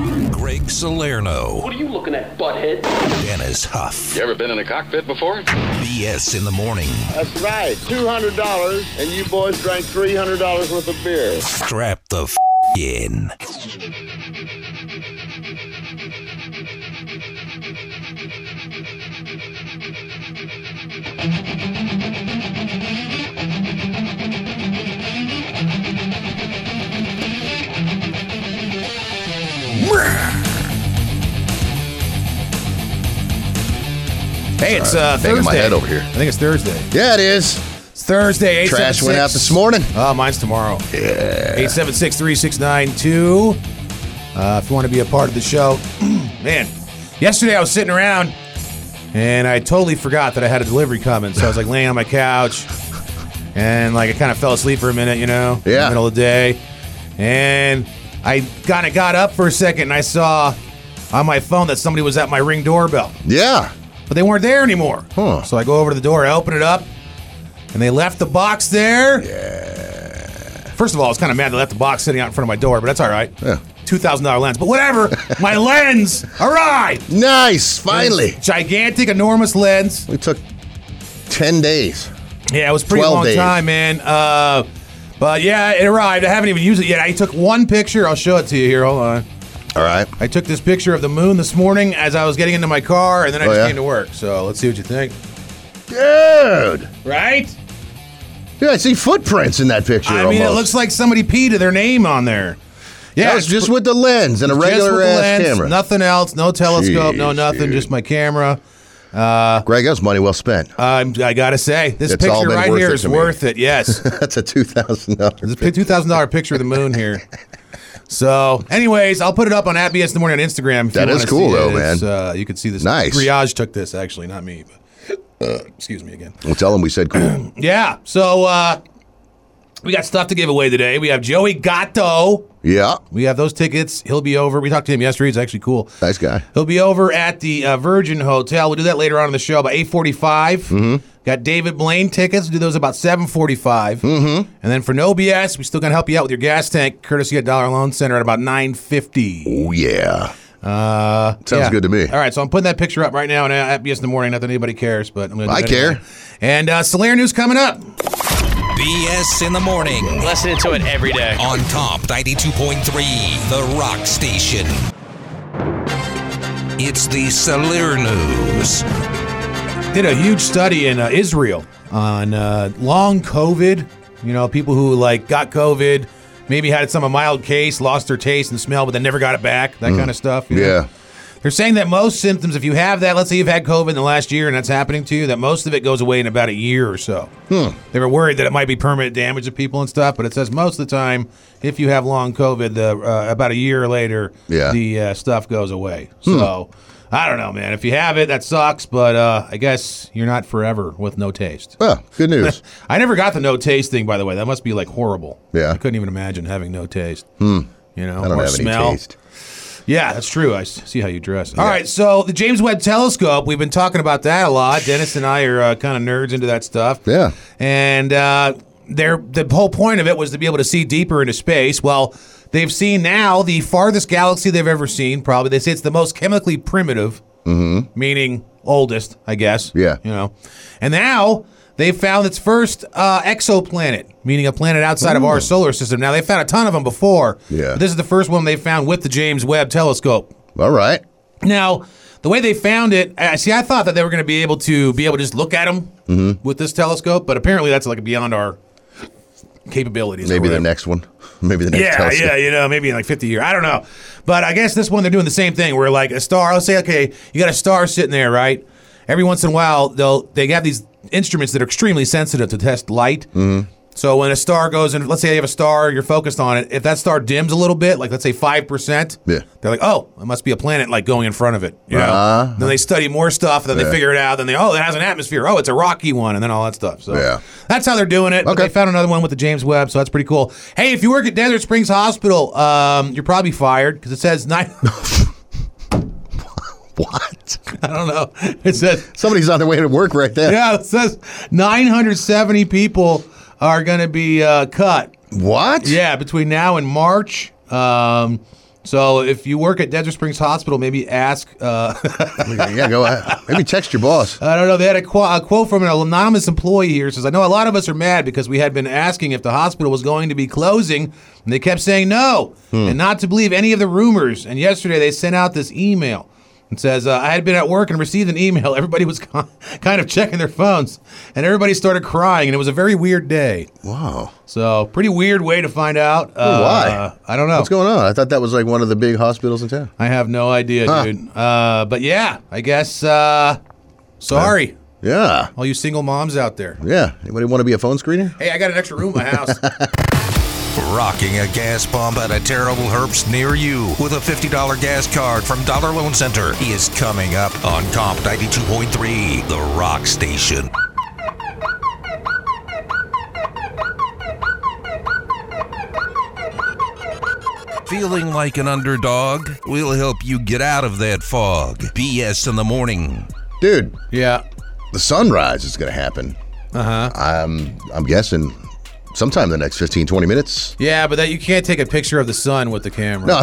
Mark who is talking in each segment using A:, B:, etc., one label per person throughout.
A: Mike Salerno,
B: What are you looking at, butthead?
A: Dennis Huff.
C: You ever been in a cockpit before?
A: BS in the morning.
D: That's right. $200, and you boys drank $300 worth of beer.
A: Strap the f- in.
E: Hey, it's uh, Thursday.
F: banging my head over here.
E: I think it's Thursday.
F: Yeah, it is.
E: It's Thursday. 8,
F: Trash went out this morning.
E: Oh, mine's tomorrow. Yeah. 876-3692. Uh, if you want to be a part of the show. Man, yesterday I was sitting around and I totally forgot that I had a delivery coming. So I was like laying on my couch and like I kind of fell asleep for a minute, you know, in
F: Yeah.
E: the middle of the day. And I kind of got up for a second and I saw on my phone that somebody was at my ring doorbell
F: Yeah.
E: but they weren't there anymore.
F: Huh.
E: So I go over to the door, I open it up, and they left the box there. Yeah. First of all, I was kind of mad they left the box sitting out in front of my door, but that's all right.
F: Yeah.
E: Two thousand dollar lens, but whatever. my lens arrived.
F: Nice. Finally.
E: gigantic, enormous lens.
F: We took 10 days.
E: Yeah, it was a pretty
F: 12
E: long
F: days.
E: time, man. Uh, but yeah, it arrived. I haven't even used it yet. I took one picture. I'll show it to you here. Hold on.
F: All right.
E: I took this picture of the moon this morning as I was getting into my car, and then I
F: Oh,
E: just
F: yeah?
E: came to work. So let's see what you think.
F: Dude.
E: Right?
F: Yeah, I see footprints in that picture.
E: I mean,
F: almost.
E: it looks like somebody peed to their name on there. Yeah,
F: That was
E: it's
F: just
E: pr-
F: with the lens and a
E: just
F: regular
E: with the
F: ass
E: lens,
F: camera.
E: nothing else, no telescope, no
F: Jeez,
E: nothing,
F: dude.
E: just my camera.
F: Greg, that was money well spent.
E: Um, I gotta say, this
F: It's all
E: picture
F: been
E: right
F: worth
E: here
F: it
E: is
F: to me.
E: worth it. Yes,
F: That's a two thousand dollars.
E: this two thousand dollar picture of the moon here. So, anyways, I'll put it up on at BS in the morning on Instagram. If
F: That
E: you
F: is
E: wanna
F: cool,
E: see it.
F: though,
E: It's,
F: man.
E: Uh, you can see this.
F: Nice.
E: Griage took this actually, not me. But, uh, excuse me again.
F: Well, tell them we said cool.
E: Yeah. So uh, we got stuff to give away today. We have Joey Gatto.
F: yeah,
E: We have those tickets. He'll be over. We talked to him yesterday. He's actually cool.
F: nice guy.
E: He'll be over at the uh, Virgin Hotel. We'll do that later on in the show about 845. Mm-hmm. Got David Blaine tickets. We'll do those about 745. Mm-hmm. And then for no BS, we still going to help you out with your gas tank, courtesy of Dollar Loan Center at about 950.
F: Oh yeah,
E: Uh,
F: Sounds good to me.
E: All right, so I'm putting that picture up right now and uh, at BS in the morning. Not that anybody cares, but I'm going to
F: I care.
E: And uh, Solaire News coming up.
A: BS in the morning.
G: Listening to it every day.
A: On top 92.3, The Rock Station. It's the Salir News.
E: did a huge study in uh, Israel on uh, long COVID. You know, people who like got COVID, maybe had some a mild case, lost their taste and smell, but then never got it back. That kind of stuff. you know?
F: Yeah.
E: They're saying that most symptoms, if you have that, let's say you've had COVID in the last year and that's happening to you, that most of it goes away in about a year or so.
F: Hmm.
E: They were worried that it might be permanent damage to people and stuff, but it says most of the time, if you have long COVID, the, uh, about a year later,
F: Yeah. Hmm.
E: the uh, stuff goes away. So I don't know, man. If you have it, that sucks, but uh, I guess you're not forever with no taste.
F: Well, good news.
E: I never got the no taste thing, by the way. That must be like horrible.
F: Yeah. Hmm.
E: I couldn't even imagine having no taste. You know,
F: I don't
E: or
F: have
E: smell.
F: any taste.
E: Yeah, that's true. I s- see how you dress. All right, so the James Webb Telescope, we've been talking about that a lot. Dennis and I are uh, kind of nerds into that stuff.
F: Yeah.
E: And uh, they're, the whole point of it was to be able to see deeper into space. Well, they've seen now the farthest galaxy they've ever seen, probably. They say it's the most chemically primitive, meaning oldest, I guess.
F: Mm-hmm. Yeah.
E: You know. And now they found its first uh, exoplanet, meaning a planet outside of our solar system. Now, they found a ton of them before.
F: Mm. Yeah.
E: But this is the first one they found with the James Webb telescope.
F: All right.
E: Now, the way they found it, I see, I thought that they were going to be able to be able to just look at them
F: Mm-hmm.
E: with this telescope, but apparently that's like beyond our capabilities. or
F: Maybe the
E: whatever.
F: next one. Maybe the next.
E: Yeah,
F: telescope.
E: yeah, you know, maybe in like 50 years. I don't know. But I guess this one, they're doing the same thing where, like, a star, let's say, okay, you got a star sitting there, right? Every once in a while, they'll, they have these instruments that are extremely sensitive to test light. Mm-hmm. So when a star goes and let's say you have a star, you're focused on it. If that star dims a little bit, like let's say five percent,
F: Yeah.
E: they're like, oh, it must be a planet like going in front of it. You know?
F: Uh-huh.
E: Then they study more stuff, then they
F: Yeah.
E: figure it out. Then they, oh, it has an atmosphere. Oh, it's a rocky one, and then all that stuff. So
F: Yeah.
E: that's how they're doing it. But
F: Okay.
E: they found another one with the James Webb, so that's pretty cool. Hey, if you work at Desert Springs Hospital, um, you're probably fired because it says nine.
F: What?
E: I don't know. It says
F: Somebody's on their way to work right there.
E: yeah, it says 970 people are going to be uh, cut.
F: What?
E: Yeah, between now and March. Um, So if you work at Desert Springs Hospital, maybe ask. Uh,
F: yeah, go ahead. Maybe text your boss.
E: I don't know. They had a, qu- a quote from an anonymous employee here. It Says, "I know a lot of us are mad because we had been asking if the hospital was going to be closing, and they kept saying no,
F: Hmm.
E: and not to believe any of the rumors. And yesterday they sent out this email." It says, uh, I had been at work and received an email. Everybody was con- kind of checking their phones, and everybody started crying, and it was a very weird day.
F: Wow.
E: So, pretty weird way to find out. Uh,
F: why?
E: I don't know.
F: What's going on? I thought that was like one of the big hospitals in town.
E: I have no idea,
F: Huh.
E: dude. Uh, but yeah, I guess. Uh, sorry,
F: Yeah.
E: all you single moms out there.
F: Yeah. Anybody want to be a phone screener?
E: Hey, I got an extra room in my house.
A: Rocking a gas pump at a terrible herbs near you with a $50 gas card from Dollar Loan Center is coming up on Comp 92.3, The Rock Station. Feeling like an underdog? We'll help you get out of that fog. BS in the morning.
F: Dude,
E: yeah.
F: the sunrise is going to happen.
E: Uh-huh.
F: Uh huh. I'm, I'm guessing sometime in the next 15, 20 minutes.
E: Yeah, but that you can't take a picture of the sun with the camera.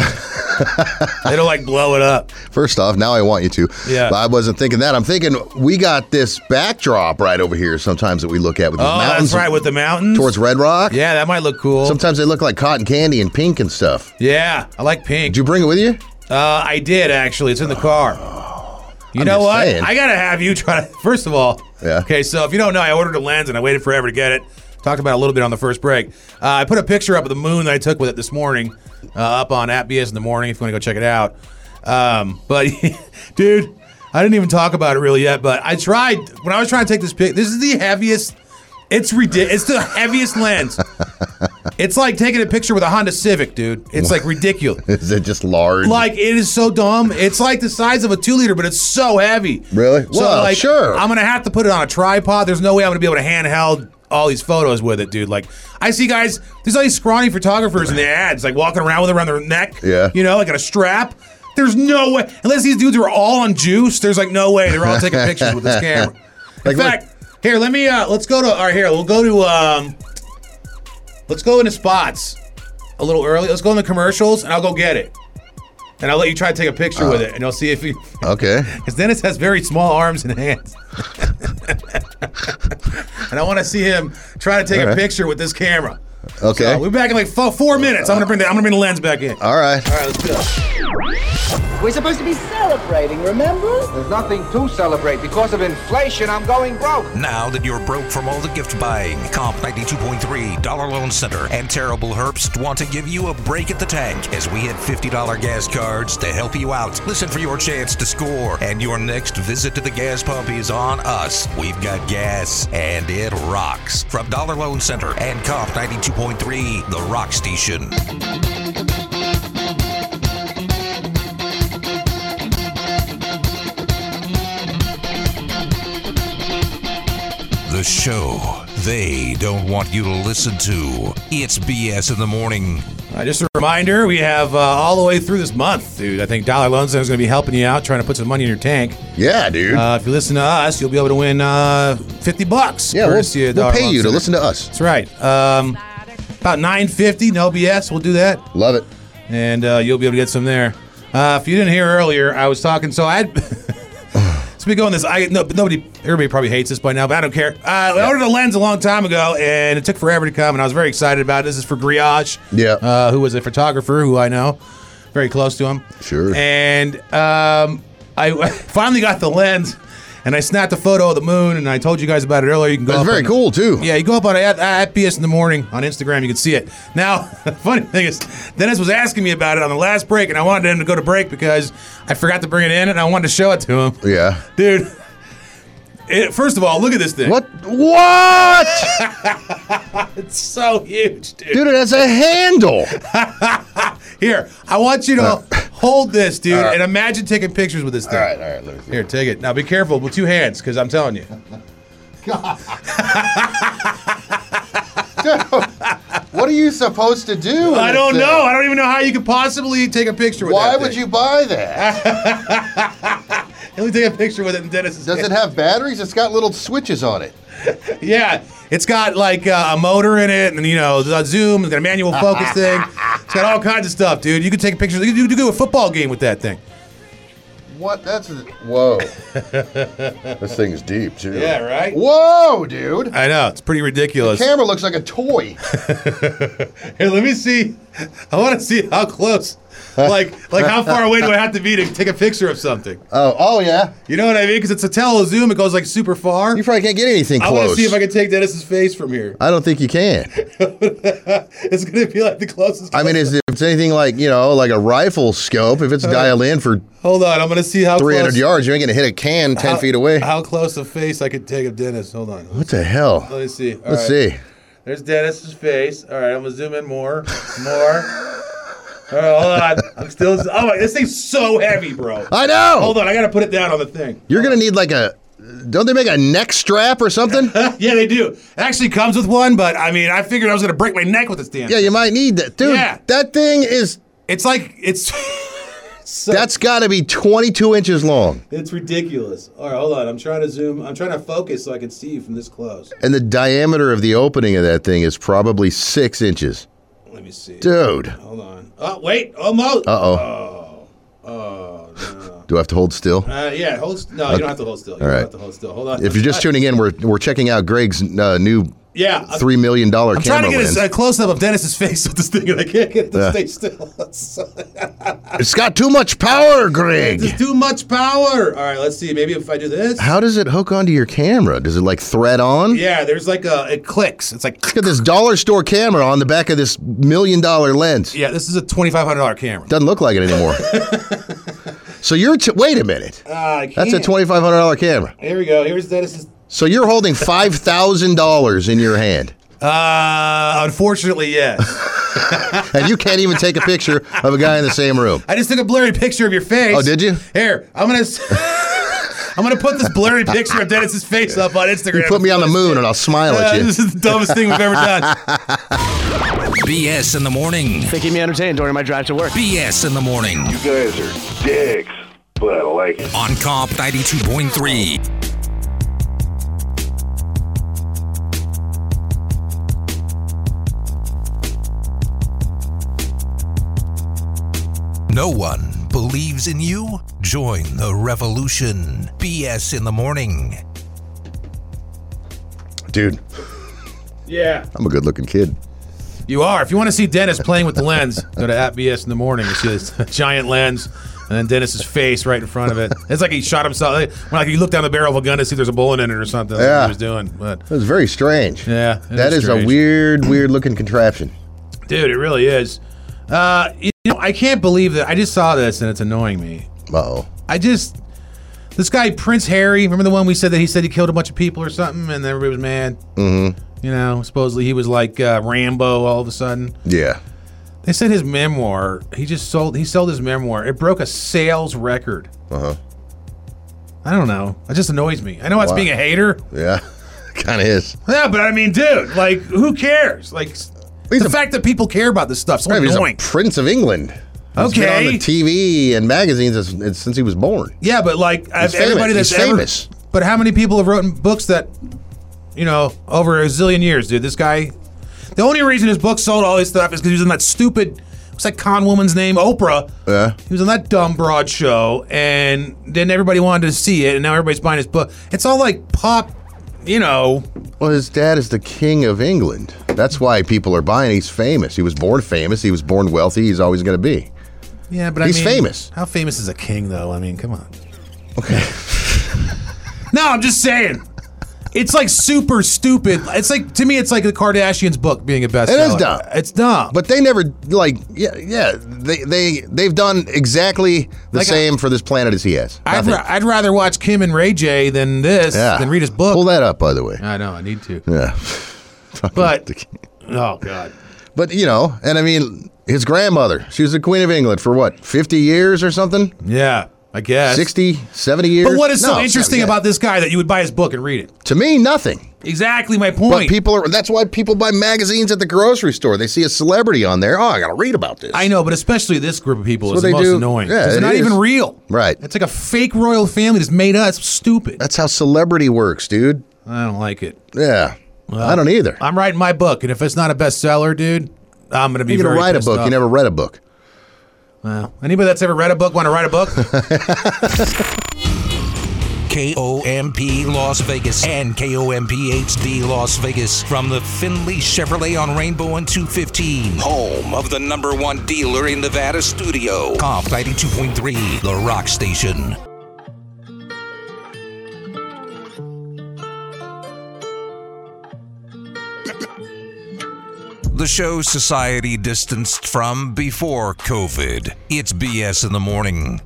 E: No. they don't like blow it up.
F: First off, now I want you to.
E: Yeah.
F: But I wasn't thinking that. I'm thinking we got this backdrop right over here sometimes that we look at with the
E: Oh,
F: mountains
E: that's right, with the mountains.
F: towards Red Rock.
E: yeah, that might look cool.
F: Sometimes they look like cotton candy and pink and stuff.
E: yeah, I like pink.
F: Did you bring it with you?
E: Uh, I did actually. It's in the car. You know
F: just
E: what?
F: saying.
E: I gotta have you try to. First of all,
F: Yeah.
E: Okay, so if you don't know, I ordered a lens and I waited forever to get it. Talked about it a little bit on the first break. Uh, I put a picture up of the moon that I took with it this morning, uh, up on at BS in the morning. If you want to go check it out, um, but dude, I didn't even talk about it really yet. But I tried when I was trying to take this pic. This is the heaviest. It's ridiculous. It's the heaviest lens. It's like taking a picture with a Honda Civic, dude. It's like ridiculous.
F: Is it just large?
E: Like it is so dumb. It's like the size of a two liter, but it's so heavy.
F: Really?
E: So
F: Well,
E: like,
F: sure.
E: I'm gonna have to put it on a tripod. There's no way I'm gonna be able to handheld all these photos with it, dude. Like I see guys, there's all these scrawny photographers in the ads, like walking around with it around their neck.
F: Yeah.
E: You know, like on a strap. There's no way unless these dudes were all on juice. There's like no way they're all taking pictures with this camera.
F: Like,
E: In fact, here let me uh let's go to all right here. We'll go to um let's go into spots a little early. Let's go into commercials and I'll go get it. And I'll let you try to take a picture
F: Oh.
E: with it and I'll see if you
F: okay.
E: because Dennis has very small arms and hands. and I want to see him try to take
F: All
E: a
F: right.
E: picture with this camera.
F: Okay.
E: Uh, we'll be back in like four, four minutes. I'm gonna bring the I'm gonna bring the lens back in. All
F: All right.
E: right, let's go.
C: We're supposed to be celebrating, remember?
G: There's nothing to celebrate. Because of inflation, I'm going broke.
A: Now that you're broke from all the gift buying, Comp 92.3, Dollar Loan Center, and Terrible Herbst want to give you a break at the tank as we hit $50 gas cards to help you out. Listen for your chance to score, and your next visit to the gas pump is on us. We've got gas, and it rocks. From Dollar Loan Center and Comp 92.3, The Rock Station. The show they don't want you to listen to. It's BS in the Morning.
E: All right, just a reminder, we have uh, all the way through this month, dude. I think Dollar Loan Center is going to be helping you out, trying to put some money in your tank.
F: Yeah, dude.
E: Uh, if you listen to us, you'll be able to win uh, 50 bucks.
F: yeah, we'll,
E: courtesy of
F: we'll
E: Dollar
F: pay
E: Loan
F: you to
E: Center.
F: listen to us.
E: That's right. Um, about 950, no BS. We'll do that,
F: Love it.
E: and uh, you'll be able to get some there. Uh, if you didn't hear earlier, I was talking. So I had. so we go on this. I no, but nobody, everybody probably hates this by now, but I don't care. Uh, I ordered a lens a long time ago, and it took forever to come, and I was very excited about it. This is for Griage,
F: Yeah.
E: uh, who was a photographer who I know, very close to him.
F: Sure.
E: And um, I finally got the lens, and I snapped a photo of the moon, and I told you guys about it earlier. You can go.
F: That's
E: up
F: very
E: on-
F: cool too.
E: yeah, you go up on at, at BS in the morning on Instagram, you can see it. Now, funny thing is, Dennis was asking me about it on the last break, and I wanted him to go to break because I forgot to bring it in, and I wanted to show it to him,
F: Yeah.
E: dude. It, first of all, look at this thing.
F: What? What?
E: It's so huge, dude.
F: Dude, it has a handle.
E: Here, I want you to hold this, dude, and imagine taking pictures with this thing.
F: all right. Let me see.
E: Here, take it. Now, be careful with two hands, because I'm telling you.
H: What are you supposed to do? with
E: I don't
H: this
E: know.
H: thing?
E: I don't even know how you could possibly take a picture with
H: Why
E: that
H: would
E: thing.
H: you buy that?
E: Let me take a picture with it in Dennis's
H: Does
E: hand.
H: it have batteries? It's got little switches on it.
E: Yeah, it's got like uh, a motor in it, and you know, the zoom, it's got a manual focus thing. It's got all kinds of stuff, dude. You could take pictures. You could, you could do a football game with that thing.
H: What? That's a, whoa. this thing's deep too.
E: Yeah, right?
H: Whoa, dude.
E: I know it's pretty ridiculous.
H: Camera looks like a toy.
E: Here, let me see. I want to see how close, like, like how far away do I have to be to take a picture of something?
H: Oh, oh yeah.
E: You know what I mean? Because it's a tele zoom. It goes like super far.
F: You probably can't get anything
E: I
F: close.
E: want to see if I can take Dennis's face from here.
F: I don't think you can.
E: It's gonna be like the closest.
F: I mean, it's, if it's anything like you know, like a rifle scope, if it's dialed in for
E: Hold on, I'm gonna see how
F: 300
E: Uh, close,
F: yards, you ain't gonna hit a can 10
E: how-
F: feet away.
E: How close a face I could take of Dennis? Hold on.
F: what the hell?
E: Let me see. All
F: Let's
E: right.
F: see.
E: There's Dennis's face. All right, I'm gonna zoom in more, more. All right, hold on. I'm still. Oh my, this thing's so heavy, bro.
F: I know.
E: Hold on, I gotta put it down on the thing.
F: You're gonna need like a. Don't they make a neck strap or something?
E: Yeah, they do. It actually comes with one, but I mean, I figured I was gonna break my neck with this damn.
F: yeah,
E: thing.
F: you might need that, dude.
E: Yeah.
F: That thing is.
E: It's like it's. so-
F: That's got to be 22 inches long,
E: it's ridiculous. All right, hold on. I'm trying to zoom. I'm trying to focus so I can see you from this close.
F: and the diameter of the opening of that thing is probably six inches,
E: Let me see.
F: dude. Uh
E: Hold on. Oh wait, almost.
F: oh.
E: Oh no.
F: Do I have to hold still?
E: Uh, yeah, hold. St- no, you don't have to hold still. You don't
F: All right.
E: have to hold still. Hold on. Uh,
F: If you're just tuning in, we're we're checking out Greg's uh, new
E: yeah, I'm-
F: three million dollar
E: I'm trying
F: camera
E: to get
F: lens.
E: a, close up of Dennis's face with this thing, and I can't get it to
F: Yeah.
E: stay still. It's
F: It's got too much power, Greg.
E: just too much power. All right, let's see. Maybe if I do this.
F: How does it hook onto your camera? Does it like thread on?
E: Yeah, there's like a. It clicks. It's like.
F: Look at this dollar store camera on the back of this million dollar lens.
E: Yeah, this is a twenty five hundred dollar camera.
F: Doesn't look like it anymore. so you're t- wait a minute.
E: Ah, I
F: That's a
E: can't.
F: twenty five hundred dollar camera.
E: Here we go. Here's Dennis's.
F: So you're holding five thousand dollars in your hand,
E: Uh, unfortunately, yes.
F: and you can't even take a picture of a guy in the same room.
E: I just took a blurry picture of your face.
F: Oh, did you?
E: Here, I'm gonna. s- I'm gonna put this blurry picture of Dennis's face up on Instagram.
F: You put me on the moon, and I'll smile
E: Uh,
F: at you.
E: this is the dumbest thing we've ever done.
A: BS in the morning.
I: They keep me entertained during my drive to work.
A: BS in the morning
J: guys are dicks, but I like it.
A: on Comp 92.3. No one believes in you? Join the revolution. BS in the morning.
F: Dude,
E: Yeah,
F: I'm a good looking kid.
E: you are. If you want to see Dennis playing with the lens, go to at BS in the morning. You see this giant lens, and then Dennis's face right in front of it. It's like he shot himself. Like, when like you look down the barrel of a gun to see there's a bullet in it or something. That's what
F: Yeah.
E: he was doing. But
F: That was very strange.
E: Yeah, it
F: that
E: is
F: is
E: strange.
F: a weird, weird looking contraption.
E: dude, it really is. Uh, you know, I can't believe that I just saw this and it's annoying me.
F: Uh oh.
E: I just this guy Prince Harry. Remember the one we said that he said he killed a bunch of people or something, and everybody was mad. Mm-hmm. You know, supposedly he was like uh, Rambo all of a sudden.
F: Yeah.
E: They said his memoir. He just sold. He sold his memoir. It broke a sales record.
F: Uh huh.
E: I don't know. It just annoys me. I know it's
F: Wow.
E: being a hater.
F: Yeah. kind of is.
E: Yeah, but I mean, dude, like, who cares? Like, s-
F: He's
E: the
F: a-
E: fact that people care about this stuff so
F: Right, he's a
E: annoying.
F: prince of England. He's been on
E: Okay.
F: the TV and magazines as- as- since he was born.
E: Yeah, but like, I've-
F: famous.
E: everybody that's
F: He's
E: ever-
F: famous.
E: But how many people have written books that, you know, over a zillion years, dude? This guy. The only reason his book sold all his stuff is because he was in that stupid. What's that con woman's name? Oprah.
F: Yeah.
E: He was on that dumb broad show, and then everybody wanted to see it, and now everybody's buying his book. It's all like pop, you know.
F: Well, his dad is the king of England. That's why people are buying. He's famous. He was born famous. He was born wealthy. He's always going to be.
E: Yeah, but I
F: He's
E: mean,
F: famous.
E: How famous is a king, though? I mean, come on. Okay. no, I'm just saying. It's like super stupid. It's like to me, it's like the Kardashians book being a bestseller.
F: It is dumb.
E: It's dumb.
F: But they never like yeah yeah they they they've done exactly the
E: Like, uh,
F: same for this planet as he has.
E: I'd,
F: Nothing.
E: ra- I'd rather watch Kim and Ray J than this
F: yeah.
E: than read his book.
F: Pull that up, by the way.
E: I know I need to.
F: Yeah.
E: But oh god,
F: But you know, and I mean, his grandmother, she was the queen of England for what, 50 years or something?
E: yeah, I guess.
F: 60, 70 years?
E: But what is
F: No,
E: so
F: it's
E: interesting
F: not-
E: about this guy that you would buy his book and read it?
F: To me, nothing.
E: Exactly my
F: But
E: point.
F: people are that's why people buy magazines at the grocery store. They see a celebrity on there. Oh, I got to read about this.
E: I know, but especially this group of people
F: That's
E: is
F: what
E: the most
F: they do.
E: annoying.
F: Yeah,
E: 'Cause they're
F: it
E: not
F: is.
E: even real.
F: Right.
E: It's like a fake royal family that's made up. It's stupid.
F: That's how celebrity works, dude.
E: I don't like it.
F: Yeah. I don't either.
E: I'm writing my book, and if it's not a bestseller, dude, I'm going to be
F: You're going
E: very
F: to write a
E: pissed
F: book.
E: off.
F: You never read a book.
E: Well, anybody that's ever read a book want to write a book?
A: KOMP Las Vegas and KOMP HD Las Vegas from the Finley Chevrolet on Rainbow and 215, home of the number one dealer in Nevada studio. Comp 92.3, The Rock Station. The show Society Distanced from Before COVID. It's BS in the morning.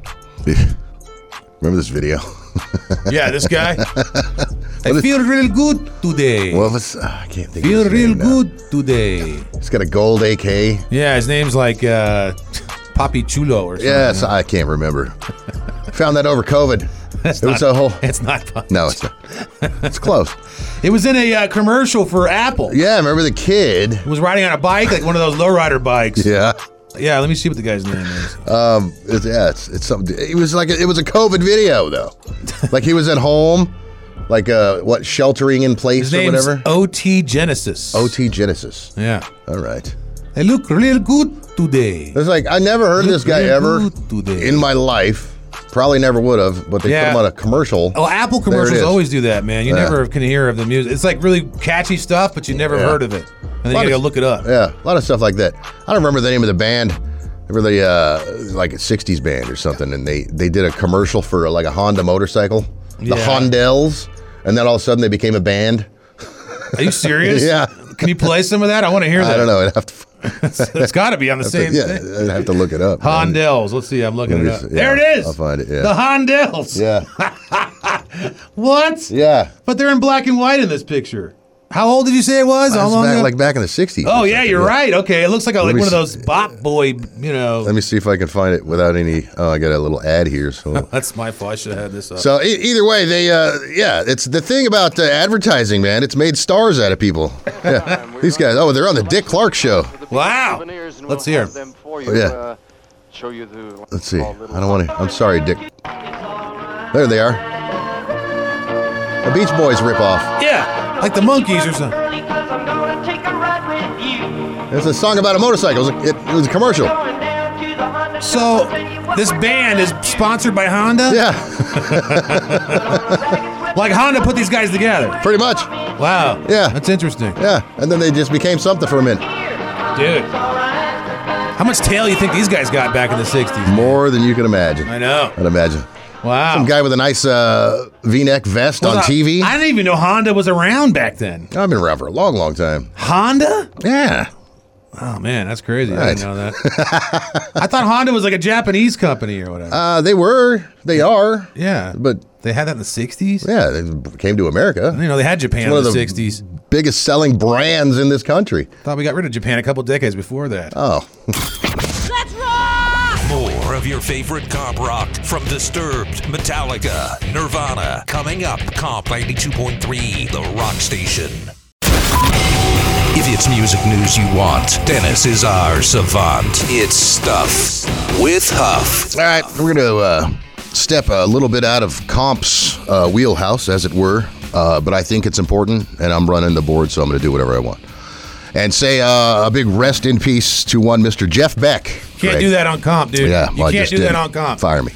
F: Remember this video?
E: yeah, this guy. I
F: is-
E: feel real good today.
F: Well, it's, ah, I can't think. of
E: feel
F: his
E: real
F: name now.
E: good today.
F: It's got a gold AK.
E: Yeah, his name's like uh, Poppy Chulo or something.
F: Yes, I can't remember. Found that over COVID. it was a whole.
E: It's not fun.
F: No, it's not. It's close.
E: It was in a uh, commercial for Apple.
F: Yeah, I remember the kid.
E: He was riding on a bike, like one of those lowrider bikes. Yeah.
F: Yeah,
E: let me see what the guy's name is.
F: um, it's, yeah, it's, it's something. It was like it was a COVID video though. Like he was at home, like uh, what sheltering in place
E: His
F: or
E: name's
F: whatever.
E: O.T. Genesis.
F: OT Genesis.
E: Yeah.
F: All right.
E: They look real good today.
F: It's like I never heard of this guy
E: Look
F: ever
E: real good today.
F: in my life. Probably never would have, but they
E: Yeah.
F: put him on a commercial.
E: Oh, Apple
F: There it
E: commercials
F: is.
E: always do that, man. You
F: Yeah.
E: never can hear of the music. It's like really catchy stuff, but you never
F: Yeah.
E: heard of it. And then you
F: Lot
E: gotta
F: of-
E: go look it up.
F: Yeah, a lot of stuff like that. I don't remember the name of the band. Remember the uh, like a '60s band or something, and they they did a commercial for like a Honda motorcycle, the
E: Yeah.
F: Hondells, and then all of a sudden they became a band.
E: Are you serious?
F: Yeah.
E: Can you play some of that? I want to hear that.
F: I don't know. I'd have to.
E: it's got to be on the same
F: yeah,
E: thing.
F: I'd have to look it up.
E: Hondells. Let's see. I'm looking
F: Let
E: it
F: me
E: up.
F: see.
E: there
F: Yeah,
E: it is.
F: I'll find it, yeah.
E: The Hondells.
F: Yeah,
E: What?
F: yeah.
E: But they're in black and white in this picture. How old did you say it was? How
F: It's
E: long
F: back-
E: ago?
F: like back in the '60s. or
E: oh, yeah,
F: something,
E: you're right. Okay. It looks like, a, like
F: me
E: one of
F: s-
E: those bop boy, you know.
F: Let me see if I can find it without any. Oh, I got a little ad here. So,
E: That's my fault. I should have had this up.
F: so e- either way, they uh, yeah, it's the thing about uh, advertising, man. It's made stars out of people. Yeah. These guys. Oh, they're on the Dick Clark show.
E: wow. Let's hear. him.
F: Oh, yeah. Let's see. I don't want to. I'm sorry, Dick. There they are. A Beach Boys ripoff.
E: Yeah. Like the monkeys or something.
F: It's a song about a motorcycle. It was a, it, it was a commercial.
E: So this band is sponsored by Honda?
F: Yeah,
E: Like Honda put these guys together.
F: pretty much.
E: Wow.
F: Yeah.
E: That's interesting.
F: Yeah, and then they just became something for a minute.
E: Dude. How much tail you think these guys got back in the 60s?
F: More than you can imagine.
E: I know.
F: I'd imagine.
E: Wow.
F: Some guy with a nice uh, V-neck vest on
E: Hold
F: TV.
E: I didn't even know Honda was around back then.
F: I've been around for a long, long time.
E: Honda?
F: Yeah.
E: Oh man, that's crazy. I didn't
F: Right.
E: know that. I thought Honda was like a Japanese company or whatever.
F: Uh, they were. They are.
E: yeah,
F: But
E: they had that in the '60s.
F: yeah, they came to America.
E: You know, they had Japan
F: It's one
E: in the,
F: of the-
E: '60s.
F: Biggest selling brands in this country.
E: Thought we got rid of Japan a couple decades before that.
F: Oh.
K: Let's rock!
A: More of your favorite comp rock from Disturbed, Metallica, Nirvana. Coming up, Comp 92.3, The Rock Station. If it's music news you want, Dennis is our savant. It's Stuff with Huff.
F: All right, we're going to uh, step a little bit out of Comp's uh, wheelhouse, as it were, uh, but I think it's important, and I'm running the board, so I'm going to do whatever I want. And say uh, a big rest in peace to one Mr. Jeff Beck.
E: Can't
F: Greg.
E: do that on comp, dude.
F: Yeah,
E: you
F: well, I
E: can't
F: just
E: do
F: did.
E: that on comp.
F: Fire me.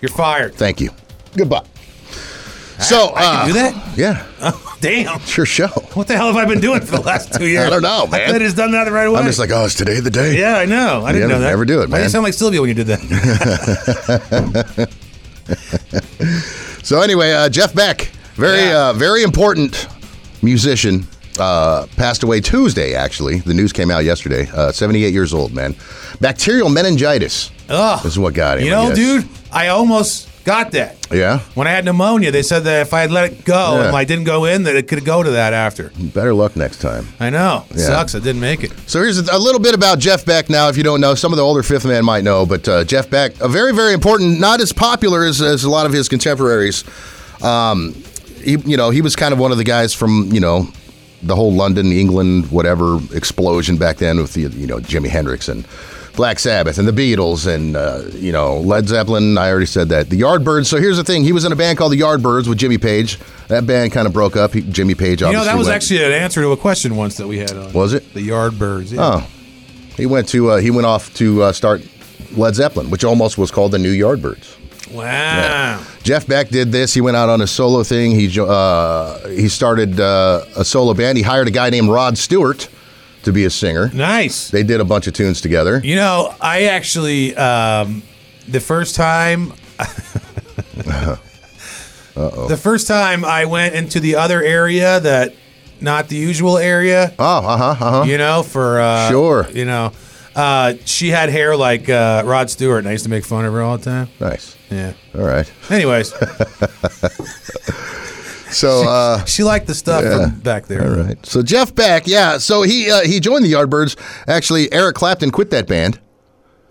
E: You're fired.
F: Thank you. Goodbye. So,
E: I can
F: uh,
E: do that?
F: yeah,
E: Oh, Damn.
F: it's your show.
E: What the hell have I been doing for the last two years?
F: I don't know,
E: I
F: man.
E: could have just done that the right way.
F: I'm just like, oh, is today the day?
E: yeah, I know. I didn't
F: never-
E: know that.
F: never do it,
E: Why do you
F: man.
E: sound like Sylvia when you did that?
F: So anyway, uh, Jeff Beck, very
E: Yeah.
F: uh, very important musician, uh, passed away Tuesday. Actually, the news came out yesterday. Uh, Seventy eight years old, man. Bacterial meningitis.
E: Ugh.
F: This is what got him.
E: you
F: I
E: know,
F: guess.
E: dude, I almost got that.
F: Yeah,
E: When I had pneumonia, they said that if I had let it go
F: Yeah.
E: and I didn't go in, that it could go to that after.
F: better luck next time.
E: I know. It
F: Yeah.
E: sucks. I didn't make it.
F: So here's a little bit about Jeff Beck. Now, if you don't know, some of the older Fifth Man might know, but uh, Jeff Beck, a very very important, not as popular as, as a lot of his contemporaries. Um, he, you know, he was kind of one of the guys from you know the whole London, England, whatever explosion back then with the you know Jimi Hendrix and Black Sabbath and the Beatles and uh, you know Led Zeppelin. I already said that. The Yardbirds. So here's the thing: he was in a band called the Yardbirds with Jimmy Page. That band kind of broke up. He, Jimmy Page, obviously,
E: you know, that was
F: went-
E: actually an answer to a question once that we had on.
F: Was it?
E: The Yardbirds. Yeah.
F: Oh. He went to uh, he went off to uh, start Led Zeppelin, which almost was called the New Yardbirds.
E: Wow.
F: Jeff Beck did this. He went out on a solo thing. He jo- uh, he started uh, a solo band. He hired a guy named Rod Stewart to be a singer.
E: Nice.
F: They did a bunch of tunes together.
E: You know, I actually um, the first time
F: Uh-oh.
E: the first time I went into the other area that not the usual area.
F: Oh, uh-huh, uh-huh.
E: You know, for uh
F: Sure.
E: You know. Uh, she had hair like uh, Rod Stewart, and I used to make fun of her all the time.
F: Nice.
E: Yeah.
F: All right.
E: Anyways,
F: So uh,
E: she liked the stuff
F: Yeah.
E: from back there.
F: all right. So Jeff Beck, yeah. So he uh, he joined the Yardbirds. Actually, Eric Clapton quit that band.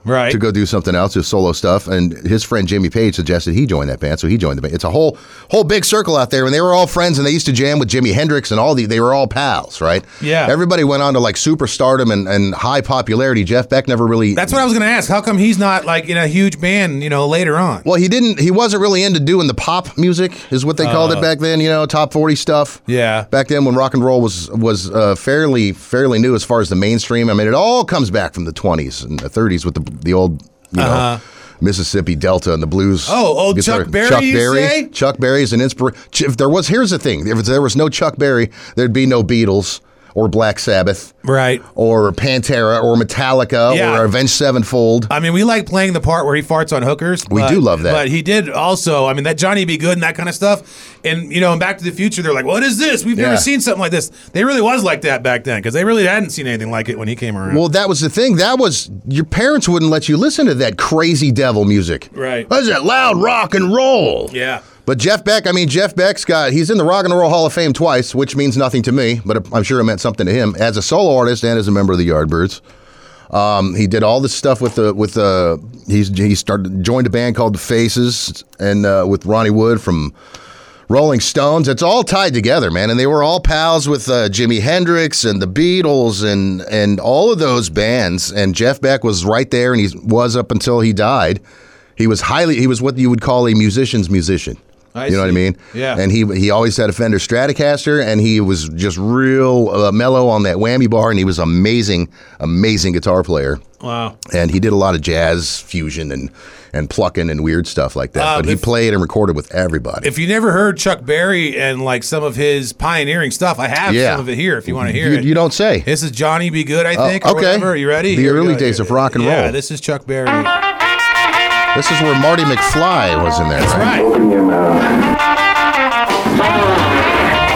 E: Right.
F: to go do something else, his solo stuff. And his friend Jimmy Page suggested he join that band, so he joined the band. It's a whole whole big circle out there, and they were all friends, and they used to jam with Jimi Hendrix and all the. They were all pals, right?
E: Yeah.
F: Everybody went on to like superstardom and, and high popularity. Jeff Beck never really.
E: That's what I was going to ask. How come he's not like in a huge band, you know, later on?
F: well, he didn't. He wasn't really into doing the pop music, is what they called it back then. You know, top forty stuff.
E: Oh. Yeah.
F: Back then, when rock and roll was was uh, fairly fairly new as far as the mainstream. I mean, it all comes back from the twenties and the thirties with the the old you know. Mississippi Delta and the blues.
E: Uh-huh. Oh, old
F: guitar-
E: Chuck Berry,
F: Chuck
E: you
F: Berry.
E: say?
F: Chuck Berry is an inspiration. If there was, here's the thing: if there was no Chuck Berry, there'd be no Beatles or Black Sabbath
E: Right.
F: or Pantera or Metallica
E: Yeah.
F: or Avenged Sevenfold.
E: I mean, we like playing the part where he farts on hookers.
F: We
E: but-
F: do love that.
E: But he did also, I mean, that Johnny Be Good and that kind of stuff. And, you know, in Back to the Future, they're like, what is this? We've
F: Yeah.
E: never seen something like this. They really was like that back then because they really hadn't seen anything like it when he came around.
F: Well, that was the thing. That was your parents wouldn't let you listen to that crazy devil music.
E: Right.
F: That's that loud rock and roll.
E: yeah.
F: But Jeff Beck, I mean, Jeff Beck's got, he's in the Rock and Roll Hall of Fame twice, which means nothing to me, but I'm sure it meant something to him as a solo artist and as a member of the Yardbirds. Um, he did all this stuff with the, with the, he's, he started, joined a band called The Faces and uh, with Ronnie Wood from Rolling Stones. It's all tied together, man. And they were all pals with uh, Jimi Hendrix and the Beatles and, and all of those bands. And Jeff Beck was right there and he was up until he died. He was highly, he was what you would call a musician's musician
E: I
F: you know what I
E: see.
F: mean?
E: Yeah.
F: And he he always had a Fender Stratocaster, and he was just real uh, mellow on that whammy bar, and he was amazing, amazing guitar player.
E: Wow.
F: And he did a lot of jazz fusion and and plucking and weird stuff like that. but he
E: if-
F: played and recorded with everybody.
E: If you never heard Chuck Berry and like some of his pioneering stuff, I have
F: Yeah.
E: some of it here if you want to hear
F: you,
E: it.
F: you don't say.
E: This is Johnny Be Good, I
F: Oh,
E: think. or
F: okay.
E: whatever. Are you ready?
F: The
E: Here we
F: early
E: go.
F: days of rock and
E: Yeah,
F: roll.
E: this is Chuck Berry.
F: This is where Marty McFly was in there, right?
E: Right.
J: Open your mouth.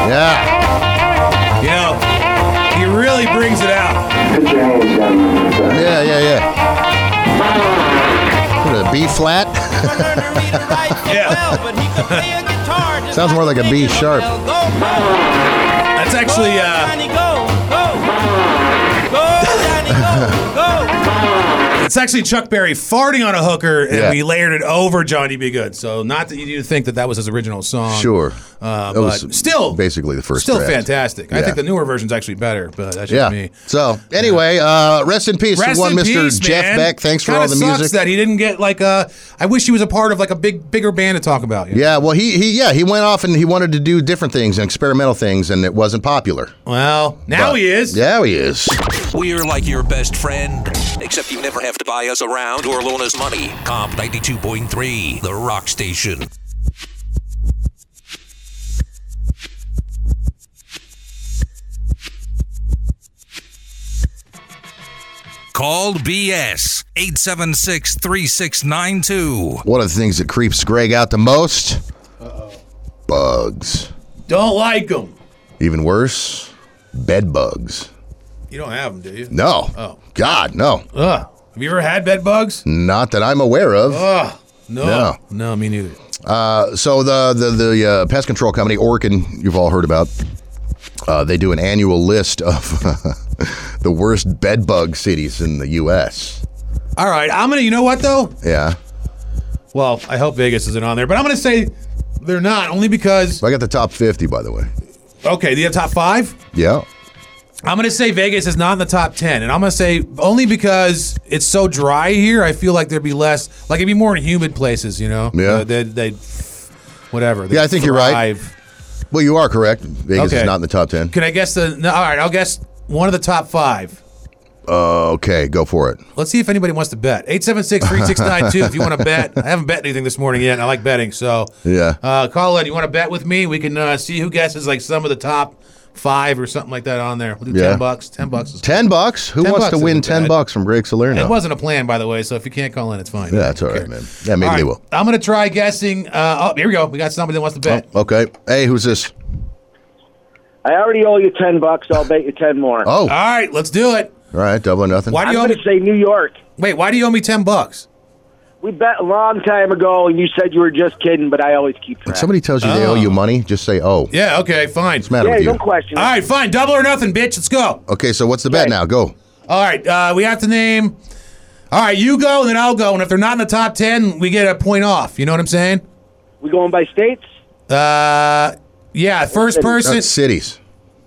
F: Yeah.
E: You know, he really brings it out.
J: Put your hands down on your side.
F: Yeah, yeah, yeah. What a B flat?
E: Yeah.
F: Sounds more like a B sharp.
E: That's actually uh, it's actually Chuck Berry farting on a hooker, and
F: Yeah.
E: we layered it over Johnny Be Good. So not that you do think that that was his original song.
F: Sure.
E: Uh,
F: That
E: but
F: was
E: still,
F: basically the first
E: Still
F: draft.
E: fantastic. I
F: Yeah.
E: think the newer version's actually better, but that's just
F: Yeah.
E: me.
F: So anyway, uh, rest in peace
E: Rest
F: to one
E: in
F: Mr.
E: peace,
F: Jeff
E: man.
F: Beck. Thanks for
E: Kinda
F: all the
E: sucks
F: music.
E: that he didn't get like a. I wish he was a part of like a big, bigger band to talk about. you know?
F: yeah, well, he, he yeah he went off and he wanted to do different things and experimental things, and it wasn't popular.
E: Well, now
F: But-
E: he is.
F: Yeah, he is.
A: We're like your best friend, except you never have to buy us around or loan us money. Comp 92.3, The Rock Station. Call BS 876 3692.
F: One of the things that creeps Greg out the most: bugs.
E: Don't like him.
F: Even worse, bed bugs.
E: You don't have him, do you?
F: No.
E: Oh.
F: God, no.
E: Ugh. Have you ever had bed bugs?
F: Not that I'm aware of.
E: Ugh. No.
F: No.
E: No, me neither.
F: so the the the uh, pest control company Orkin, you've all heard about. Uh, they do an annual list of the worst bed bug cities in the U.S.
E: All right, I'm gonna. You know what though?
F: Yeah,
E: Well, I hope Vegas isn't on there, but I'm gonna say they're not only because.
F: so I got the top fifty, by the way.
E: Okay, do you have top five?
F: Yeah,
E: I'm gonna say Vegas is not in the top ten, and I'm gonna say only because it's so dry here. I feel like there'd be less, like it'd be more in humid places, you know.
F: Yeah.
E: Uh, they'd, they'd whatever.
F: Yeah, I think you're right.
E: you're right.
F: well, you are correct. Vegas
E: Okay.
F: is not in the top ten.
E: Can I guess the? No, all right, I'll guess one of the top five.
F: Uh, okay, go for it.
E: Let's see if anybody wants to bet. 876-3692 if you want to bet. I haven't bet anything this morning yet. and I like betting, so
F: Yeah.
E: uh, call in. You want to bet with me? We can uh, see who guesses like some of the top five or something like that on there. We'll do
F: Yeah.
E: ten bucks. Ten bucks. Is
F: Ten bucks? Who
E: 10
F: wants
E: bucks
F: to win
E: isn't
F: ten
E: bad.
F: bucks from Greg Salerno?
E: It wasn't a plan, by the way. So if you can't call in, it's fine.
F: Yeah, that's all
E: Okay.
F: right, man. Yeah, maybe
E: All
F: they
E: right,
F: will.
E: I'm gonna try guessing. Uh, oh, here we go. We got somebody that wants to bet.
F: Okay. Hey, who's this?
L: I already owe you ten bucks. I'll bet you ten more.
F: Oh, all
E: All right, let's do it.
F: right. Double or nothing.
E: Why do
L: I'm
E: you owe
L: going
E: me?
L: to say New York.
E: Wait, why do you owe me ten bucks?
L: We bet a long time ago, and you said you were just kidding, but I always keep
F: When
L: track.
F: somebody tells you they owe you money, just say oh.
E: Yeah. Okay. Fine.
F: What's the matter
L: yeah,
F: with you?
L: don't question.
E: All
L: it.
E: right. Fine. Double or nothing, bitch. Let's go.
F: Okay, so what's the bet now? Go.
E: All right, uh, we have to name. All right, you go and then I'll go, and if they're not in the top ten, we get a point off. You know what I'm saying?
L: We going by states?
E: Uh, yeah. First person,
F: That's cities.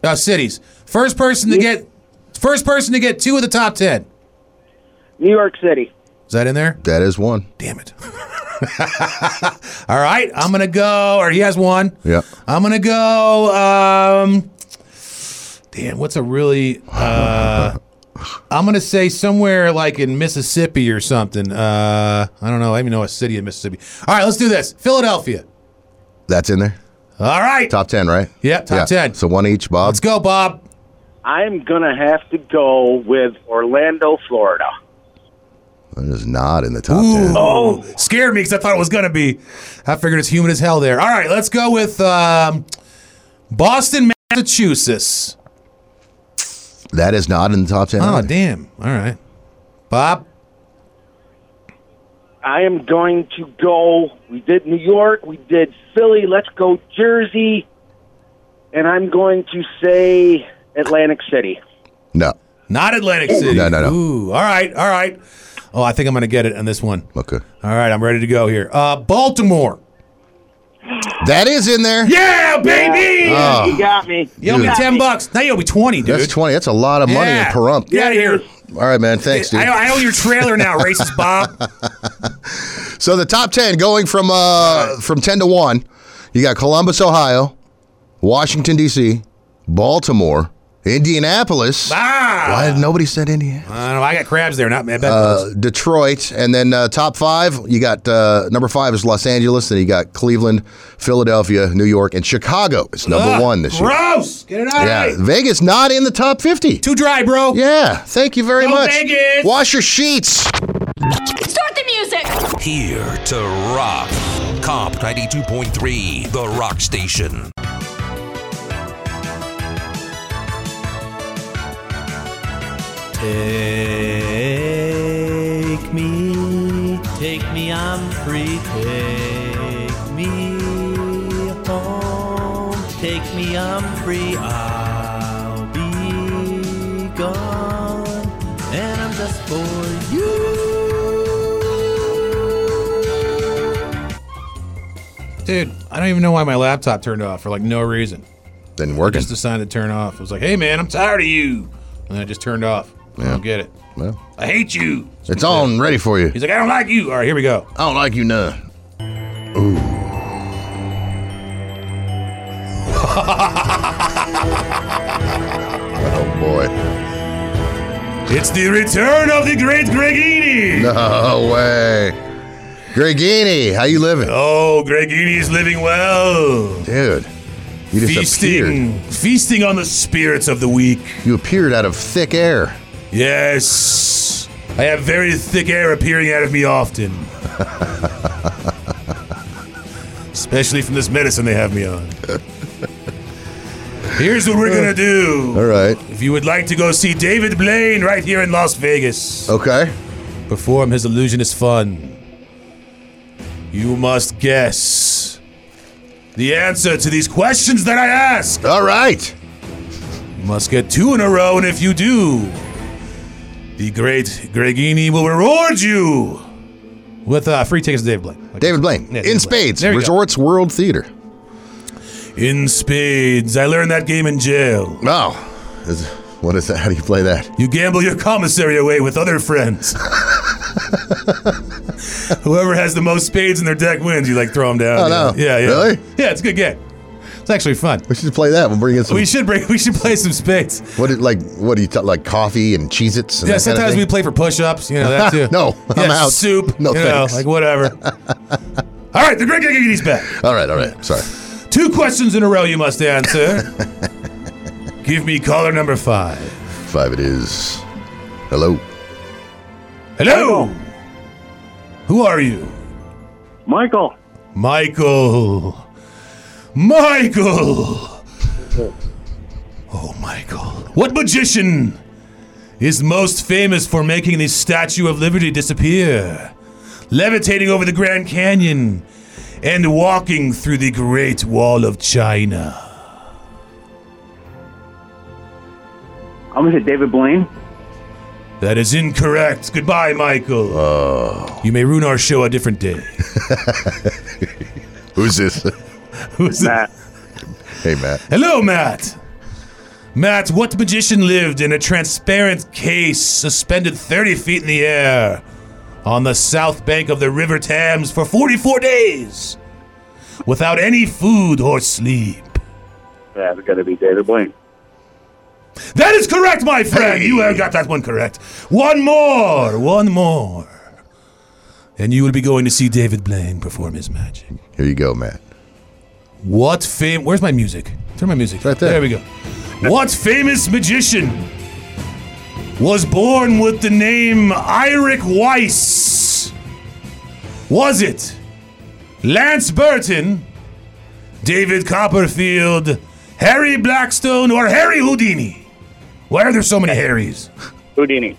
E: uh, cities. First person to get, first person to get two of the top ten.
L: New York City.
E: Is that in there?
F: That is one.
E: Damn it. All right, I'm gonna go. Or he has one.
F: Yeah.
E: I'm gonna go. Um, damn, what's a really? Uh, I'm gonna say somewhere like in Mississippi or something. Uh, I don't know. I don't even know a city in Mississippi. All right, let's do this. Philadelphia.
F: That's in there.
E: All right.
F: Top ten, right?
E: Yep, top 10.
F: So one each, Bob.
E: Let's go, Bob.
L: I'm gonna have to go with Orlando, Florida.
F: That is not in the top ten.
E: Oh, scared me because I thought it was gonna be. I figured it's humid as hell there. All right, let's go with um, Boston, Massachusetts.
F: That is not in the top ten.
E: Oh,
F: either.
E: damn. All right, Bob.
L: I am going to go. We did New York. We did Philly. Let's go Jersey. And I'm going to say Atlantic City.
F: No.
E: Not Atlantic City.
F: No, no, no.
E: Ooh, all right, all right. Oh, I think I'm going to get it on this one.
F: Okay.
E: All right, I'm ready to go here. Uh, Baltimore.
F: That is in there. Ah,
E: Yeah, baby.
L: You got me.
E: you owe me
F: dude.
E: ten bucks. Now you owe me twenty, dude.
F: That's twenty. That's a lot of money
E: yeah.
F: in Pahrump.
E: Get out of here.
F: All right, man. Thanks, dude.
E: I, I owe your trailer now, racist Bob.
F: So the top ten going from uh from ten to one, you got Columbus, Ohio, Washington D.C., Baltimore, Indianapolis.
E: Ah,
F: Why did nobody said Indiana?
E: I, don't know, I got crabs there. Not bad.
F: Uh, Detroit, and then uh, top five. You got uh, number five is Los Angeles, then you got Cleveland, Philadelphia, New York, and Chicago is number
E: Ah,
F: one this year.
E: Gross. Get it out
F: Yeah,
E: of here.
F: Vegas not in the top fifty.
E: Too dry, bro.
F: Yeah, thank you very
E: Go
F: much.
E: Vegas!
F: Wash your sheets.
K: Start the music!
A: Here to rock. Comp 92.3, The Rock Station.
M: Take me, take me, I'm free. Take me home, take me, I'm free. I'll be gone, and I'm just for you.
E: Dude, I don't even know why my laptop turned off for like no reason.
F: Didn't work.
E: Just decided to turn off. I was like, hey, man, I'm tired of you. And then it just turned off. I don't get it.
F: Well,
E: I hate you.
F: it's on, ready for you.
E: He's like, I don't like you. All right, here we go.
F: I don't like you none. Ooh. oh boy.
E: It's the return of the great Gregini.
F: No way. Gregini, how you living?
E: Oh, Gregini is living well.
F: Dude. You just appeared.
E: Feasting. Feasting on the spirits of the weak.
F: You appeared out of thick air.
E: Yes. I have very thick air appearing out of me often. Especially from this medicine they have me on. Here's what we're going to do.
F: All right.
E: If you would like to go see David Blaine right here in Las Vegas.
F: Okay.
E: perform his illusionist fun. You must guess the answer to these questions that I ask.
F: All right.
E: You must get two in a row, and if you do, the great Gregini will reward you with uh, free tickets to Dave Blaine.
F: David Blaine.
E: Yeah, David Blaine.
F: in Spades,
E: There you go.
F: Resorts World Theater.
E: In spades, I learned that game in jail.
F: Wow. Is, what is that? How do you play that?
E: You gamble your commissary away with other friends. Whoever has the most spades in their deck wins. You like throw them down.
F: Oh,
E: you know?
F: no.
E: Yeah, yeah.
F: Really?
E: Yeah, it's a good game. It's actually fun.
F: We should play that. We'll bring in some.
E: We should bring. We should play some spades.
F: What did like? What do you ta- like? Coffee and Cheez-Its?
E: yeah,
F: And that kind of
E: sometimes
F: thing?
E: we play for push-ups. You know that too.
F: No,
E: yeah,
F: I'm out.
E: Soup.
F: No
E: you know,
F: thanks.
E: like whatever. all right, the great Giggity's back.
F: All right, all right. Sorry.
E: Two questions in a row you must answer. Give me caller number five.
F: Five it is. Hello.
E: Hello. Who are you?
N: Michael.
E: Michael. Michael. Oh, What magician is most famous for making the Statue of Liberty disappear, levitating over the Grand Canyon, and walking through the Great Wall of China?
N: I'm gonna say David Blaine.
E: That is incorrect. Goodbye, Michael. You may ruin our show a different day.
F: Who's this?
E: Who's that?
F: Hey, Matt.
E: Hello, Matt. Matt, what magician lived in a transparent case suspended 30 feet in the air on the south bank of the River Thames for 44 days without any food or sleep?
N: That's gonna be David Blaine.
E: That is correct, my friend. You have got that one correct. One more, one more. And you will be going to see David Blaine perform his magic.
F: Here you go, Matt.
E: What fame? Where's my music? Turn my music. Right there. There we go. What famous magician was born with the name Eirik Weiss? Was it Lance Burton, David Copperfield, Harry Blackstone, or Harry Houdini? Why are there so many Harrys?
N: Houdini.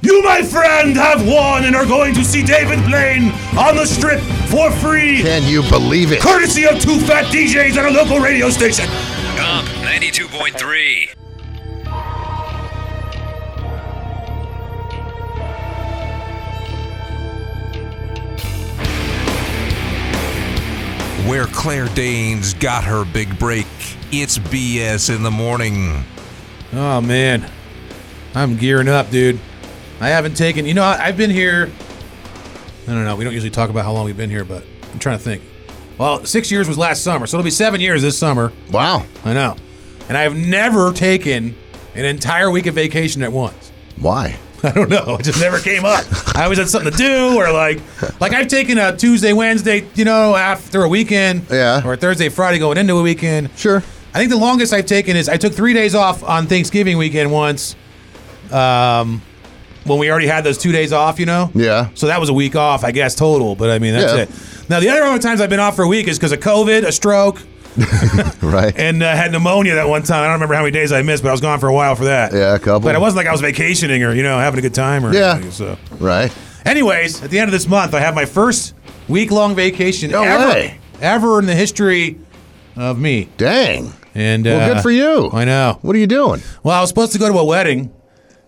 E: You, my friend, have won and are going to see David Blaine on the strip for free.
F: Can you believe it?
E: Courtesy of two fat DJs at a local radio station.
O: Comp 92.3.
A: Where Claire Danes got her big break. It's BS in the morning.
E: Oh man, I'm gearing up, dude. I haven't taken. You know, I- I've been here. I don't know. We don't usually talk about how long we've been here, but I'm trying to think. Well, six years was last summer, so it'll be seven years this summer.
F: Wow.
E: I know. And I've never taken an entire week of vacation at once.
F: Why?
E: I don't know. It just never came up. I always had something to do, or like, like I've taken a Tuesday, Wednesday, you know, after a weekend, yeah, or a Thursday, Friday going into a weekend.
F: Sure.
E: I think the longest I've taken is I took three days off on Thanksgiving weekend once, um, when we already had those two days off, you know.
F: Yeah.
E: So that was a week off, I guess, total. But I mean, that's
F: Yeah.
E: it. Now the other other times I've been off for a week is because of COVID, a stroke,
F: Right.
E: and uh, had pneumonia that one time. I don't remember how many days I missed, but I was gone for a while for that.
F: Yeah, a couple.
E: But it wasn't like I was vacationing or you know having a good time or
F: Yeah.
E: anything, so.
F: Right.
E: Anyways, at the end of this month, I have my first week long vacation
F: No
E: ever,
F: way.
E: ever in the history of me.
F: Dang.
E: And
F: Well,
E: uh,
F: good for you.
E: I know.
F: What are you doing?
E: Well, I was supposed to go to a wedding.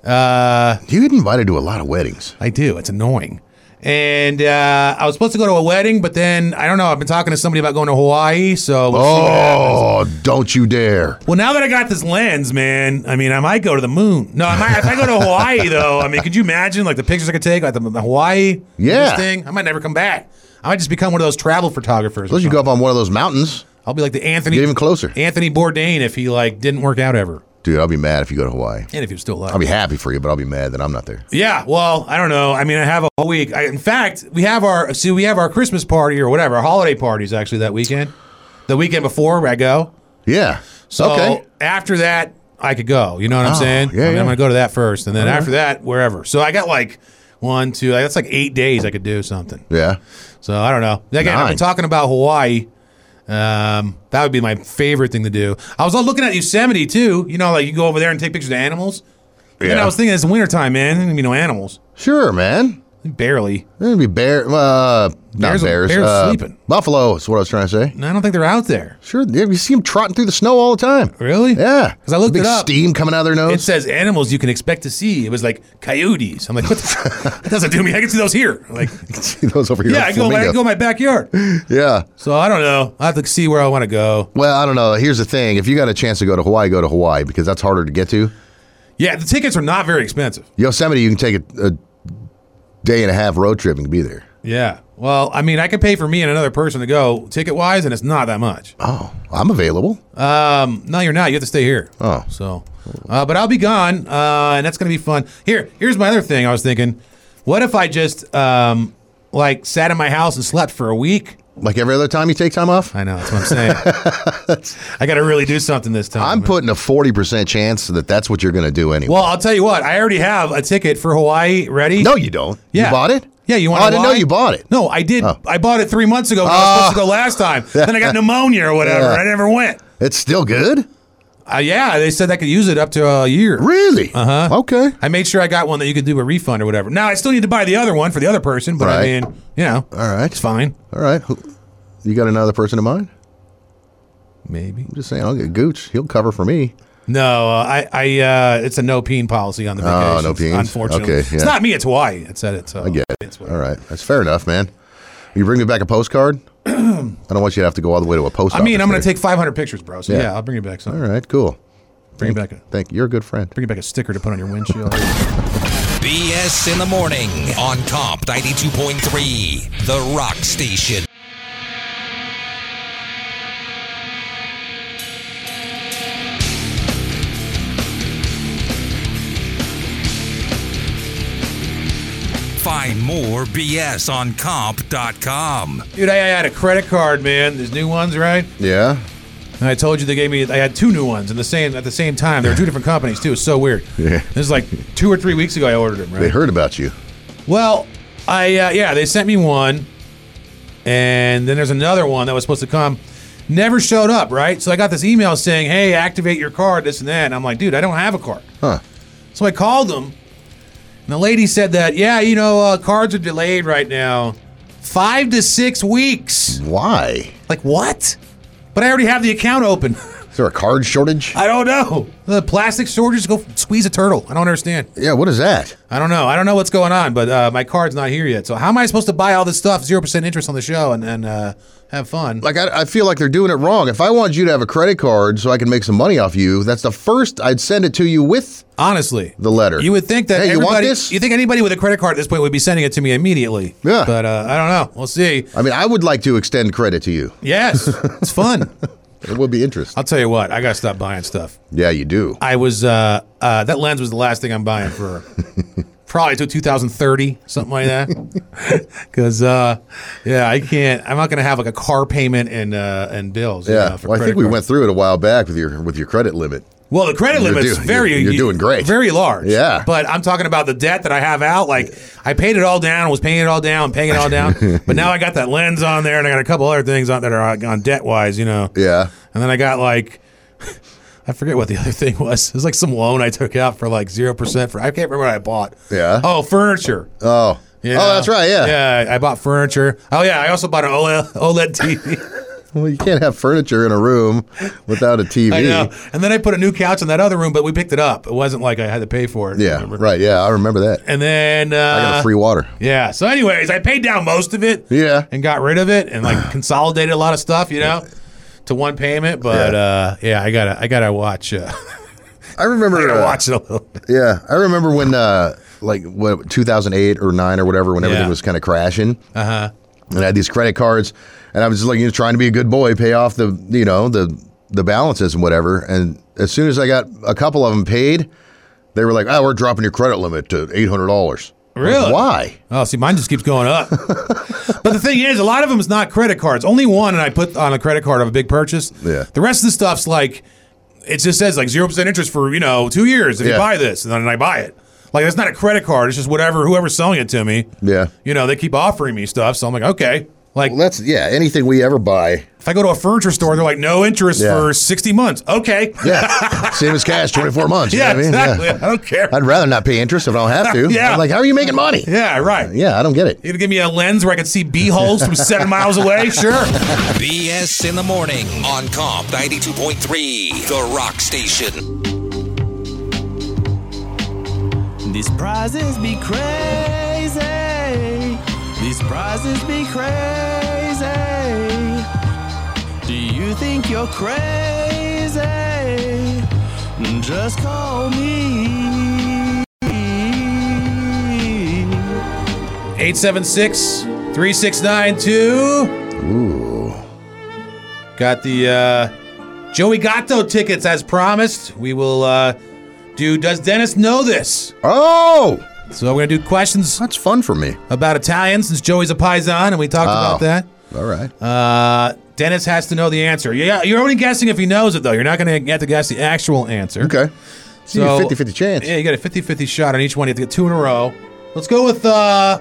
E: Uh,
F: you get invited to a lot of weddings.
E: I do. It's annoying. And uh, I was supposed to go to a wedding, but then I don't know. I've been talking to somebody about going to Hawaii, so we'll see what happens.
F: Oh, don't you dare.
E: Well, now that I got this lens, man, I mean, I might go to the moon. No, I might, if I go to Hawaii, though, I mean, could you imagine like the pictures I could take, like the, the Hawaii
F: Yeah.
E: this thing? I might never come back. I might just become one of those travel photographers.
F: Suppose you go up on one of those mountains.
E: I'll be like the Anthony.
F: Get even closer.
E: Anthony Bourdain if he like didn't work out ever,
F: Dude, I'll be mad if you go to Hawaii.
E: and if he was still alive.
F: I'll be happy for you, but I'll be mad that I'm not there.
E: Yeah, well, I don't know. I mean, I have a whole week. I, in fact, we have our see, we have our Christmas party or whatever, our holiday parties actually that weekend. The weekend before where I go.
F: Yeah.
E: So
F: Okay.
E: after that, I could go. You know what I'm
F: Oh,
E: saying? I
F: yeah,
E: mean,
F: yeah.
E: I'm gonna go to that first, and then
F: All right.
E: after that, wherever. So I got like one, two. That's like eight days I could do something.
F: Yeah.
E: So I don't know. Again, I've
F: Nine.
E: been talking about Hawaii. Um, that would be my favorite thing to do. I was all looking at Yosemite too. You know, like you go over there and take pictures of animals. And then
F: Yeah.
E: I was thinking it's wintertime, man. There's gonna be no animals.
F: Sure, man.
E: Barely.
F: There'd be bear. Uh, not
E: Bears-
F: bears.
E: bears
F: uh,
E: sleeping.
F: Buffalo is what I was trying to say.
E: I don't think they're out there.
F: Sure. yeah, You see them trotting through the snow all the time.
E: Really?
F: Yeah. Because
E: I looked
F: Big
E: it up.
F: steam coming out of their nose.
E: It says animals you can expect to see. It was like coyotes. I'm like, what the that doesn't do me. I can see those here. Like,
F: see those over here.
E: yeah, I can go, I
F: Flamingo.
E: can go in my backyard.
F: Yeah.
E: So I don't know. I have to see where I want to go.
F: Well, I don't know. Here's the thing: if you got a chance to go to Hawaii, go to Hawaii because that's harder to get to.
E: Yeah, the tickets are not very expensive.
F: Yosemite, you can take a, a day and a half road trip and be there.
E: Yeah. Well, I mean, I could pay for me and another person to go ticket wise, and it's not that much.
F: Oh, I'm available.
E: Um, no, you're not. You have to stay here.
F: Oh,
E: so, uh, but I'll be gone, uh, and that's gonna be fun. Here, here's my other thing. I was thinking, what if I just um, like sat in my house and slept for a week?
F: Like every other time you take time off?
E: I know. That's what I'm saying. I got to really do something this time.
F: I'm putting a 40% chance that that's what you're going to do anyway.
E: Well, I'll tell you what. I already have a ticket for Hawaii ready.
F: No, you don't.
E: Yeah.
F: You bought it?
E: Yeah, you want?
F: Oh, I didn't know you bought it. Oh. Ah.
E: No, I did. I bought it three months ago. When I was supposed to go last time. Then I got pneumonia or whatever.
F: Yeah.
E: I never went.
F: It's still good?
E: Uh, yeah, they said I could use it up to a year.
F: Really?
E: Uh huh.
F: Okay.
E: I made sure I got one that you could do a refund or whatever. Now I still need to buy the other one for the other person, but I
F: Right. Uh,
E: mean, you know,
F: All right.
E: it's fine.
F: All right. Who- You got another person in mind?
E: Maybe.
F: I'm just saying, I'll get Gooch. He'll cover for me.
E: No, uh, I, I, uh, it's a no peen policy on the
F: Oh,
E: vacation.
F: no peens?
E: Unfortunately,
F: Okay,
E: it's
F: yeah.
E: not me. It's Hawaii. It said it. So
F: I get
E: It's
F: it. All right. That's fair enough, man. You bring me back a postcard? I don't want you to have to go all the way to a post
E: I mean,
F: office
E: I'm going to
F: there.
E: take 500 pictures, bro. So yeah,
F: Yeah.
E: I'll bring you back some.
F: All right, cool.
E: Bring you
F: Thank-
E: back a
F: Thank you. You're a good friend.
E: bring you back a sticker to put on your windshield.
A: BS in the morning on Comp 92.3, The Rock Station. Find more BS on comp.com.
E: Dude, I I had a credit card, man. There's new ones, right?
F: Yeah.
E: And I told you they gave me. I had two new ones in the same at the same time. They were two different companies too. It's so weird.
F: Yeah.
E: This is like two or three weeks ago. I ordered them. Right.
F: They heard about you.
E: Well, I uh, yeah, they sent me one, and then there's another one that was supposed to come, never showed up. Right. So I got this email saying, "Hey, activate your card, this and that." And I'm like, "Dude, I don't have a card."
F: Huh.
E: So I called them, and the lady said that, "Yeah, you know, uh, cards are delayed right now, five to six weeks."
F: Why?
E: Like what? But I already have the account open.
F: Is there a card shortage?
E: I don't know. The plastic shortages go squeeze a turtle. I don't understand.
F: Yeah, what is that?
E: I don't know. I don't know what's going on, but uh, my card's not here yet. So how am I supposed to buy all this stuff, zero percent interest on the show, and, and uh, have fun?
F: Like, I, I feel like they're doing it wrong. If I wanted you to have a credit card so I can make some money off you, that's the first I'd send it to you with
E: Honestly,
F: the letter.
E: you would think that
F: Hey, you want
E: everybody-
F: this?
E: You think anybody with a credit card at this point would be sending it to me immediately?
F: Yeah.
E: But uh, I don't know. We'll see.
F: I mean, I would like to extend credit to you.
E: Yes, it's fun.
F: It would be interesting.
E: I'll tell you what. I gotta stop buying stuff.
F: Yeah, you do.
E: I was uh, uh, that lens was the last thing I'm buying for probably till 2030, something like that. Because uh, yeah, I can't. I'm not gonna have like a car payment and uh, and bills. you
F: Yeah.
E: know, for
F: well, I
E: credit
F: think we
E: card.
F: went through it a while back with your with your credit limit.
E: Well, the credit
F: You're
E: limit's
F: doing-
E: very
F: you're- you're doing great.
E: very large.
F: Yeah.
E: but I'm talking about the debt that I have out. Like I paid it all down, was paying it all down, paying it all down. but now I got that lens on there, and I got a couple other things on that are on- on debt wise. You know.
F: Yeah.
E: And then I got like, I forget what the other thing was. It was like some loan I took out for like 0% for, I can't remember what I bought.
F: Yeah.
E: Oh, furniture.
F: Oh.
E: Yeah.
F: Oh, that's right. Yeah.
E: Yeah, I I bought furniture. Oh, yeah. I also bought an OLED, OLED TV.
F: Well, you can't have furniture in a room without a TV.
E: I know. And then I put a new couch in that other room, but we picked it up. It wasn't like I had to pay for it.
F: Yeah.
E: remember?
F: Right. Yeah, I remember that.
E: And then, uh,
F: I got a free water.
E: yeah. So, anyways, I paid down most of it
F: Yeah.
E: and got rid of it and like consolidated a lot of stuff, you know, to one payment. But yeah,
F: Yeah.
E: uh, yeah I gotta, I gotta watch, uh,
F: I remember.
E: I gotta
F: uh,
E: watch it a little bit.
F: Yeah, I remember when uh like what 2008 or 9 or whatever when everything
E: Yeah.
F: was kind of crashing
E: Uh-huh.
F: and I had these credit cards and I was just like you know, trying to be a good boy, pay off the you know the the balances and whatever and as soon as I got a couple of them paid, they were like, "Oh, we're dropping your credit limit to $800." I'm like,
E: Really?
F: Why?
E: Oh, see, mine just keeps going up. but the thing is, a lot of them is not credit cards. Only one, and I put on a credit card of a big purchase.
F: Yeah.
E: The rest of the stuff's like, it just says like zero percent interest for you know two years if you
F: Yeah.
E: buy this, and then I buy it. Like that's not a credit card. It's just whatever whoever's selling it to me.
F: Yeah.
E: You know, they keep offering me stuff, so I'm like, okay. Like
F: Well, that's yeah, anything we ever buy.
E: if I go to a furniture store, they're like, no interest
F: Yeah.
E: for sixty months. Okay.
F: Yeah. Same as cash, 24 months, you
E: yeah,
F: know what I mean?
E: exactly.
F: Yeah.
E: I don't care.
F: I'd rather not pay interest if I don't have to.
E: Yeah.
F: I'm like, how are you making money?
E: yeah, right.
F: Yeah, I don't get it.
E: You're gonna give me a lens where I can see bee holes from seven miles away? Sure.
A: BS in the morning on Comp 92.3, The Rock Station.
M: These prizes be crazy. These prizes be crazy. Do you think you're crazy? Just call me.
E: 876 3692.
F: Ooh.
E: Got the uh, Joey Gatto tickets as promised. We will uh, do Does Dennis Know This?
F: Oh!
E: So we're going to do questions.
F: That's fun for me.
E: About Italian, since Joey's a Paisan, and we talked about
F: Oh.
E: that.
F: All right.
E: Uh, Dennis has to know the answer. Yeah, you're only guessing if he knows it, though. You're not going to have to guess the actual answer.
F: Okay. So you
E: So-
F: have a 50-50 chance.
E: Yeah, you got a 50 50 shot on each one. You have to get two in a row. Let's go with uh,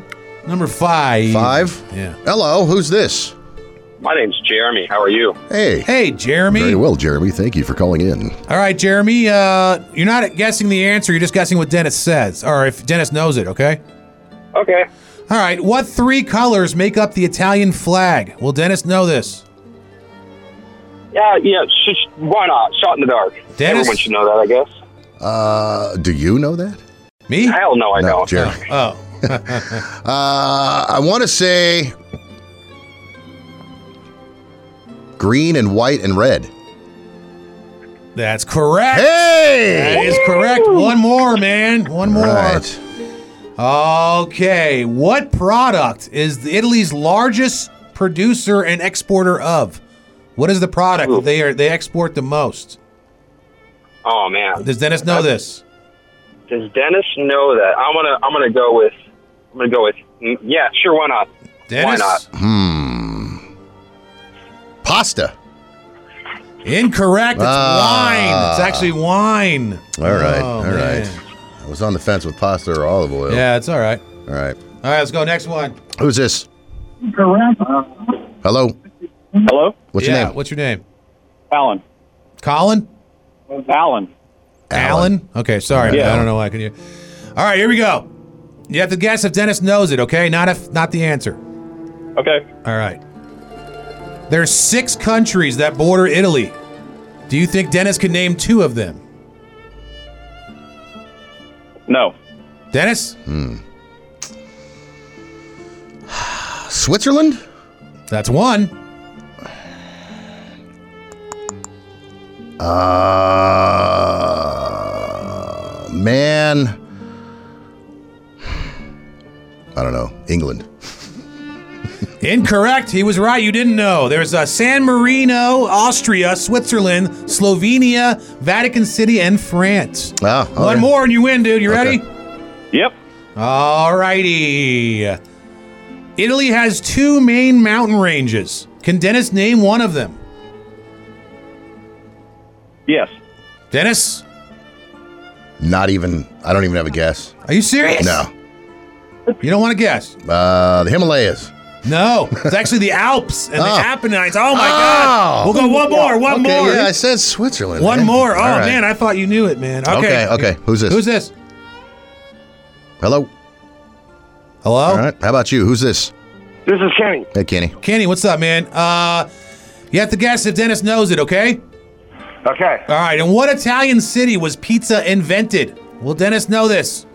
E: number five.
F: Five?
E: Yeah.
F: Hello, who's this?
P: My name's Jeremy. How are you?
F: Hey.
E: Hey, Jeremy.
F: Very well, Jeremy. Thank you for calling in.
E: All right, Jeremy, uh, you're not guessing the answer. You're just guessing what Dennis says, or if Dennis knows it, okay?
P: Okay.
E: All right, what three colors make up the Italian flag? Will Dennis know this?
P: Yeah, yeah. Sh- why not? Shot in the dark.
E: Dennis?
P: Everyone should know that, I guess.
F: Uh, do you know that?
E: Me?
P: Hell no, I
F: No,
P: don't.
F: Jeremy.
E: Oh.
F: Uh, I want to say green and white and red.
E: That's correct.
F: Hey!
E: That is correct. One more, man. One more.
F: Right.
E: Okay. What product is Italy's largest producer and exporter of? What is the product that they are they export the most?
P: Oh man.
E: Does Dennis know this?
P: Does Dennis know that? I'm gonna I'm gonna go with I'm gonna go with mm, yeah. Sure, why not?
E: Dennis?
P: Why not?
F: Hmm. Pasta.
E: Incorrect. It's wine. It's
F: Ah.
E: actually wine.
F: All right.
E: Oh,
F: all right.
E: man.
F: I was on the fence with pasta or olive oil.
E: Yeah, it's all right.
F: All right.
E: All right, let's go. Next one.
F: Who's this? Hello.
Q: Hello?
F: What's
E: yeah,
F: your name?
E: What's your name?
Q: Alan.
E: Colin?
Q: Alan.
E: Alan? Okay, sorry.
Q: Yeah.
E: I don't know why I can hear. All right, here we go. You have to guess if Dennis knows it, okay? Not if not the answer.
Q: Okay.
E: All right. There's six countries that border Italy. Do you think Dennis can name two of them?
Q: No.
E: Dennis?
F: Hmm. Switzerland?
E: That's one.
F: Uh, man. I don't know. England.
E: Incorrect. He was right. You didn't know. There's uh, San Marino, Austria, Switzerland, Slovenia, Vatican City, and France.
F: Ah, all
E: One
F: right.
E: more and you win, dude. You ready?
Q: Yep.
E: All righty. Italy has two main mountain ranges. Can Dennis name one of them?
Q: Yes.
E: Dennis,
F: Not even. I don't even have a guess.
E: are you serious?
F: No.
E: You don't want to guess?
F: Uh, the Himalayas.
E: No. It's actually the Alps and the
F: Oh.
E: Apennines. Oh, my
F: Oh.
E: God. We'll go one more, one
F: okay,
E: more.
F: Yeah, I said Switzerland.
E: One
F: man.
E: more. Oh,
F: All right.
E: man. I thought you knew it, man. Okay.
F: Okay. okay. Who's this?
E: Who's this?
F: Hello.
E: Hello.
F: All right. How about you? Who's this?
R: This is Kenny.
F: Hey, Kenny.
E: Kenny, what's up, man? Uh, you have to guess if Dennis knows it, okay?
R: Okay.
E: All right. In what Italian city was pizza invented? Will Dennis know this?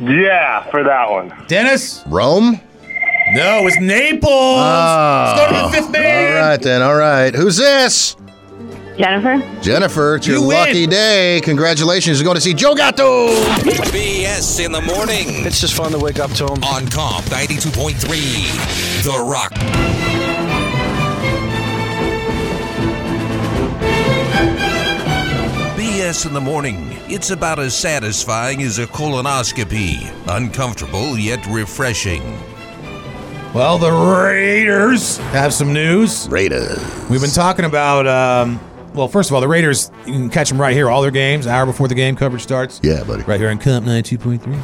R: Yeah, for that one.
E: Dennis?
F: Rome.
E: No, it's Naples. Let's go to the fifth man.
F: Oh. All right then. All right. Who's this?
S: Jennifer?
F: Jennifer, it's
E: You
F: your
E: win.
F: lucky day. Congratulations. You're going to see Joe Gatto.
A: BS in the morning
I: It's just fun to wake up to him.
A: on Comp 92.3. The Rock. BS in the morning. It's about as satisfying as a colonoscopy. Uncomfortable yet refreshing.
E: Well, the Raiders have some news.
F: Raiders.
E: We've been talking about, um, well, first of all, the Raiders, you can catch them right here, all their games, hour before the game coverage starts.
F: Yeah, buddy.
E: Right here on Comp 92.3.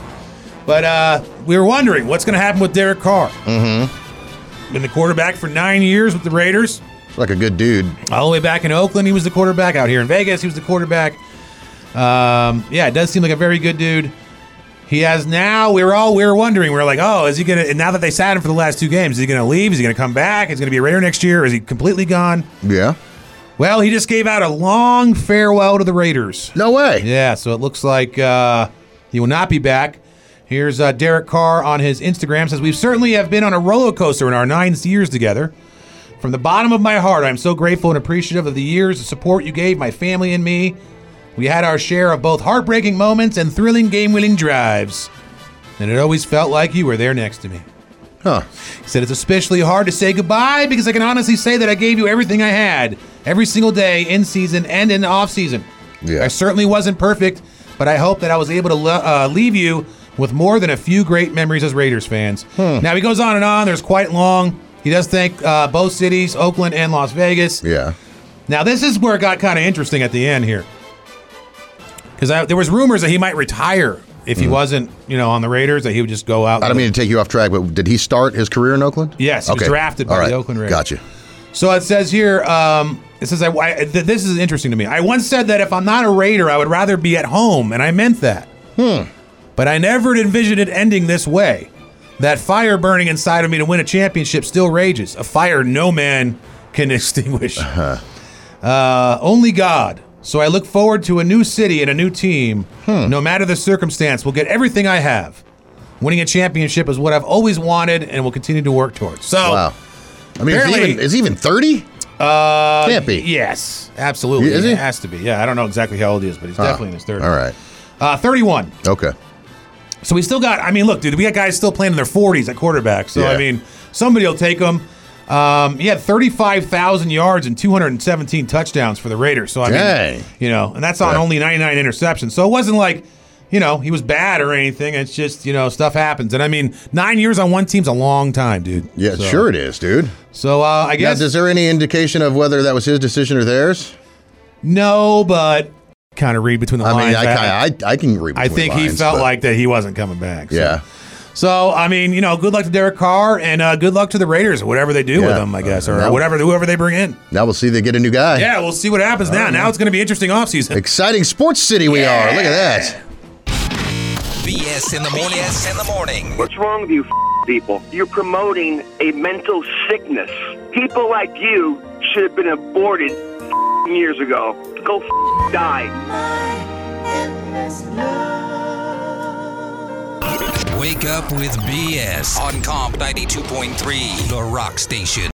E: But uh, we were wondering what's going to happen with Derek Carr.
F: Mm-hmm.
E: Been the quarterback for nine years with the Raiders.
F: Like a good dude.
E: All the way back in Oakland, he was the quarterback. Out here in Vegas, he was the quarterback. Um, yeah, it does seem like a very good dude. He has now. We were all we were wondering. We are like, oh, is he gonna? And now that they sat him for the last two games, is he gonna leave? Is he gonna come back? Is he gonna be a Raider next year? Is he completely gone?
F: Yeah.
E: Well, he just gave out a long farewell to the Raiders.
F: No way.
E: Yeah, so it looks like uh, he will not be back. Here's uh, Derek Carr on his Instagram says, "We certainly have been on a roller coaster in our nine years together. From the bottom of my heart, I'm so grateful and appreciative of the years of support you gave my family and me. We had our share of both heartbreaking moments and thrilling game-winning drives, and it always felt like you were there next to me."
F: Huh.
E: He said, It's especially hard to say goodbye because I can honestly say that I gave you everything I had every single day in season and in the off season.
F: Yeah.
E: I certainly wasn't perfect, but I hope that I was able to le- uh, leave you with more than a few great memories as Raiders fans.
F: Hmm.
E: Now he goes on and on. There's quite long. He does thank uh, both cities, Oakland and Las Vegas.
F: Yeah.
E: Now this is where it got kind of interesting at the end here, because there was rumors that he might retire if he wasn't, you know, on the Raiders. That he would just go out.
F: Hmm. I don't mean to take you off track, but did he start his career in Oakland?
E: Yes, he was drafted by
F: All
E: the Oakland Raiders.
F: Gotcha.
E: So it says here, um, it says, I, I- th- this is interesting to me. I once said that if I'm not a Raider, I would rather be at home, and I meant that.
F: Hmm.
E: But I never envisioned it ending this way. That fire burning inside of me to win a championship still rages, a fire no man can extinguish.
F: Uh-huh.
E: Uh, only God. So I look forward to a new city and a new team.
F: Hmm.
E: No matter the circumstance, we'll get everything I have. Winning a championship is what I've always wanted and will continue to work towards. So,
F: Wow. I mean, is he
E: Oh. Apparently-
F: even, is he even 30?
E: uh,
F: Can't be.
E: Yes, absolutely.
F: Is he?
E: It has to be. Yeah, I don't know exactly how old he is, but he's
F: Huh.
E: definitely in his 30s.
F: All right.
E: Uh, 31.
F: Okay.
E: So we still got, I mean, look, dude, we got guys still playing in their 40s at quarterback. So,
F: Yeah.
E: I mean, somebody will take him. Um, he had 35,000 yards and 217 touchdowns for the Raiders. So, I
F: Dang.
E: mean, you know, and that's on
F: Yeah.
E: only 99 interceptions. So it wasn't like, you know, he was bad or anything. It's just, you know, stuff happens. And I mean, nine years on one team's a long time, dude.
F: Yeah,
E: So-
F: sure it is, dude.
E: So uh, I guess.
F: Now, is there any indication of whether that was his decision or theirs?
E: No, but kind of read between the
F: I
E: lines.
F: mean, I, kinda, I, I can read.
E: Oh, I
F: between
E: think he
F: lines,
E: felt
F: but-
E: like that he wasn't coming back. So.
F: Yeah.
E: So I mean, you know, good luck to Derek Carr and uh, good luck to the Raiders, whatever they do with
F: Yeah.
E: him, I guess,
F: Uh,
E: or
F: no.
E: whatever whoever they bring in.
F: Now we'll see. They get a new guy.
E: Yeah, we'll see what happens now. Now it's going to be interesting offseason.
F: Exciting sports city we are. Look at that.
A: BS in the morning. BS in the morning.
S: What's wrong with you f- people? You're promoting a mental sickness. People like you should have been aborted f- years ago. Go f- die.
A: Wake up with BS on Comp 92.3, The Rock Station.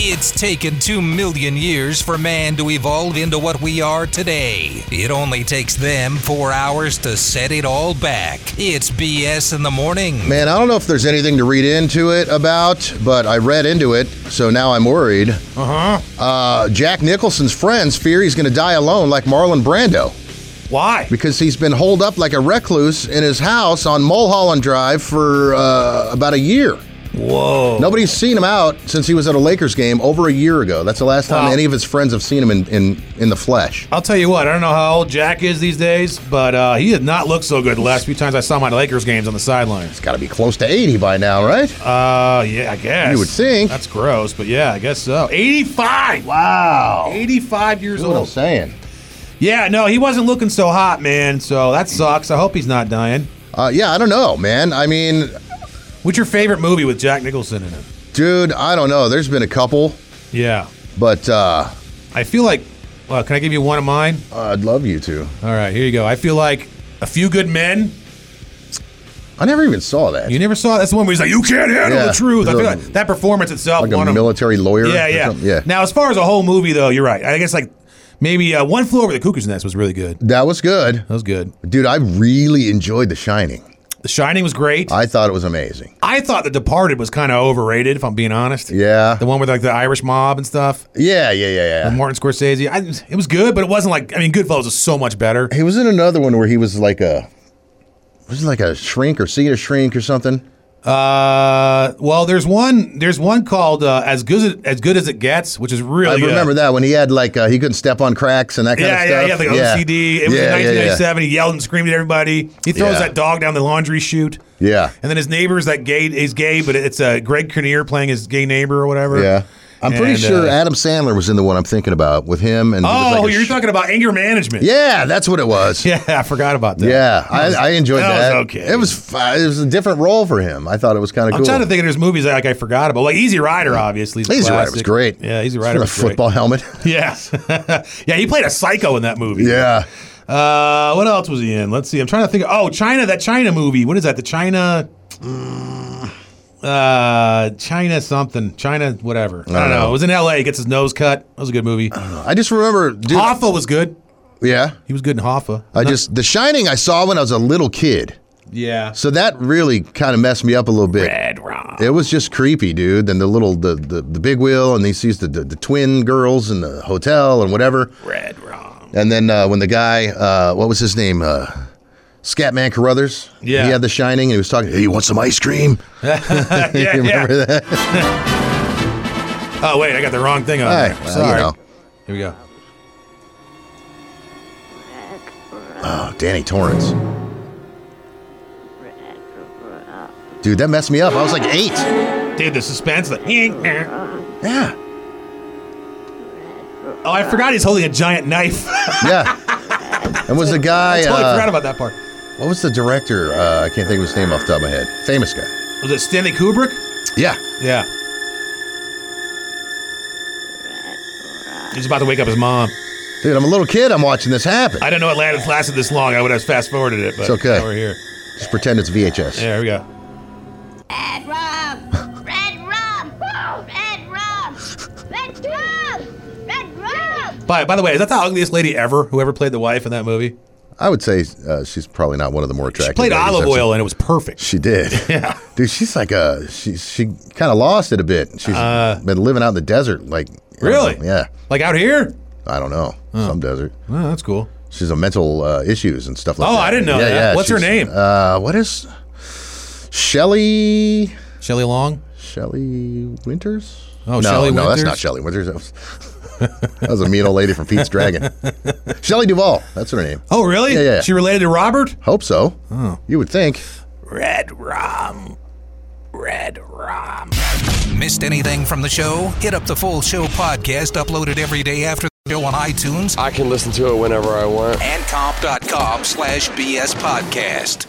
A: It's taken 2 million years for man to evolve into what we are today. It only takes them 4 hours to set it all back. It's BS in the morning.
F: Man, I don't know if there's anything to read into it about, but I read into it, so now I'm worried.
E: Uh huh.
F: Uh, Jack Nicholson's friends fear he's going to die alone like Marlon Brando
E: Why?
F: because he's been holed up like a recluse in his house on Mulholland Drive for uh, about a year.
E: Whoa.
F: Nobody's seen him out since he was at a Lakers game over a year ago. That's the last time
E: Wow.
F: any of his friends have seen him in, in, in the flesh.
E: I'll tell you what. I don't know how old Jack is these days, but uh, he did not look so good the last few times I saw my Lakers games on the sidelines.
F: It's got to be close to 80 by now, right?
E: Uh, yeah, I guess.
F: You would think.
E: That's gross, but yeah, I guess so. 85!
F: Wow.
E: 85 years
F: That's what I'm
E: old.
F: saying.
E: Yeah, no, he wasn't looking so hot, man, so that sucks. I hope he's not dying.
F: Uh, yeah, I don't know, man. I mean,
E: What's your favorite movie with Jack Nicholson in it?
F: dude, I don't know. There's been a couple,
E: Yeah.
F: but uh,
E: I feel like, well, can I give you one of mine?
F: I'd love you to.
E: All right, here you go. I feel like A Few Good Men.
F: I never even saw that.
E: You never saw That's the one where he's like, you can't handle
F: Yeah.
E: the truth. I feel
F: Like-
E: like that performance itself
F: Like
E: won
F: a
E: him.
F: military lawyer.
E: Yeah,
F: or
E: yeah.
F: something? yeah.
E: Now, as far as a whole movie, though, you're right. I guess, like, maybe uh, One Flew Over the Cuckoo's Nest was really good.
F: That was good. That
E: was good,
F: dude. I really enjoyed The Shining.
E: The Shining was great.
F: I thought it was amazing.
E: I thought The Departed was kind of overrated, if I'm being honest.
F: Yeah,
E: The one with like the Irish mob and stuff.
F: yeah, yeah, yeah,
E: With
F: yeah.
E: Martin Scorsese. I, it was good, but it wasn't like I mean, Goodfellas was so much better.
F: He was in another one where he was like a, was it like a shrink or seeing a shrink or something?
E: Uh, well, there's one. There's one called uh, "As Good as, as Good as It Gets," which is really.
F: I
E: good.
F: remember that when he had like uh, he couldn't step on cracks and that kind
E: yeah,
F: of
E: yeah, yeah,
F: stuff.
E: like OCD. It was in 1997. He yelled and screamed at everybody. He throws
F: Yeah.
E: that dog down the laundry chute,
F: Yeah, yeah.
E: and then his neighbor's that gay. He's gay, but it's uh, Greg Kinnear playing his gay neighbor or whatever.
F: Yeah. I'm pretty
E: And,
F: sure
E: uh,
F: Adam Sandler was in the one I'm thinking about with him and. he was
E: oh,
F: like a
E: you're
F: sh-
E: talking about anger management.
F: yeah, that's what it was.
E: Yeah, I forgot about that.
F: Yeah, I,
E: was-
F: I enjoyed
E: that was
F: that.
E: okay.
F: It was fi- it was a different role for him. I thought it was kind of
E: I'm
F: cool.
E: trying to think of there's movies that like I forgot about, like Easy Rider, obviously. is a
F: Easy Rider was
E: classic.
F: great.
E: Yeah, Easy
F: He's
E: Rider
F: wearing
E: was
F: a football helmet.
E: Great. Yeah, yeah, he played a psycho in that movie.
F: yeah,
E: Uh, what else was he in? Let's see. I'm trying to think. Of, oh, China, that China movie. What is that? The China. uh, China something, China whatever. I don't know. It was in L.A. Gets his nose cut. That was a good movie.
F: I just remember dude,
E: Hoffa was good.
F: Yeah,
E: he was good in Hoffa.
F: I just The Shining I saw when I was a little kid.
E: Yeah.
F: So that really kind of messed me up a little bit.
E: Red Rum.
F: It was just creepy, dude. Then the little the the, the big wheel, and he sees the, the the twin girls in the hotel and whatever.
E: Red Rum.
F: And then uh, when the guy, uh, what was his name? Uh, Scatman Carruthers.
E: Yeah.
F: He had The Shining, and he was talking. Hey, you want some ice cream?
E: yeah,
F: You remember
E: yeah.
F: that?
E: Oh wait, I got the wrong thing on.
F: Hey,
E: there.
F: well, you
E: Sorry.
F: know.
E: Here we go.
F: Oh, Danny Torrance. Dude, that messed me up. I was like eight.
E: Dude, the suspense. Like, yeah. Oh, I forgot he's holding a giant knife.
F: Yeah. And was the guy?
E: I totally
F: uh,
E: forgot about that part.
F: What was the director? Uh, I can't think of his name off the top of my head. Famous guy.
E: Was it Stanley Kubrick?
F: Yeah.
E: Yeah. He's about to wake up his mom.
F: Dude, I'm a little kid. I'm watching this happen.
E: I didn't know it landed lasted this long. I would have fast forwarded it, but
F: It's okay.
E: now we're here.
F: Just pretend it's VHS.
E: There we go.
K: Red rum. Red rum. Red rum. Red rum. Red rum.
E: By, by the way, is that the ugliest lady ever who ever played the wife in that movie?
F: I would say uh, she's probably not one of the more attractive.
E: She played
F: ladies
E: olive
F: I've seen.
E: oil and it was perfect.
F: She did.
E: Yeah.
F: Dude, she's like a she. She kind of lost it a bit. She's been living out in the desert, like I don't
E: Uh, Really?
F: know. yeah.
E: Like out here?
F: I don't know some desert.
E: Oh, that's cool.
F: She's a mental uh, issues and stuff like
E: Oh,
F: that.
E: I didn't know that. What's her
F: she's-
E: name?
F: Uh, what is Shelly?
E: Shelley Long?
F: Shelley Winters?
E: Oh,
F: no,
E: Shelley
F: no, that's
E: Winters?
F: not Shelley Winters. That was, that was a mean old lady from Pete's Dragon. Shelley Duvall. That's her name.
E: Oh, really?
F: Yeah, yeah, yeah.
E: She related to Robert?
F: Hope so.
E: Oh.
F: You would think.
E: Red rum. Red rum.
A: Missed anything from the show? Hit up the full show podcast uploaded every day after the show on iTunes
T: I can listen to it whenever I want.
A: and comp.com slash BS podcast.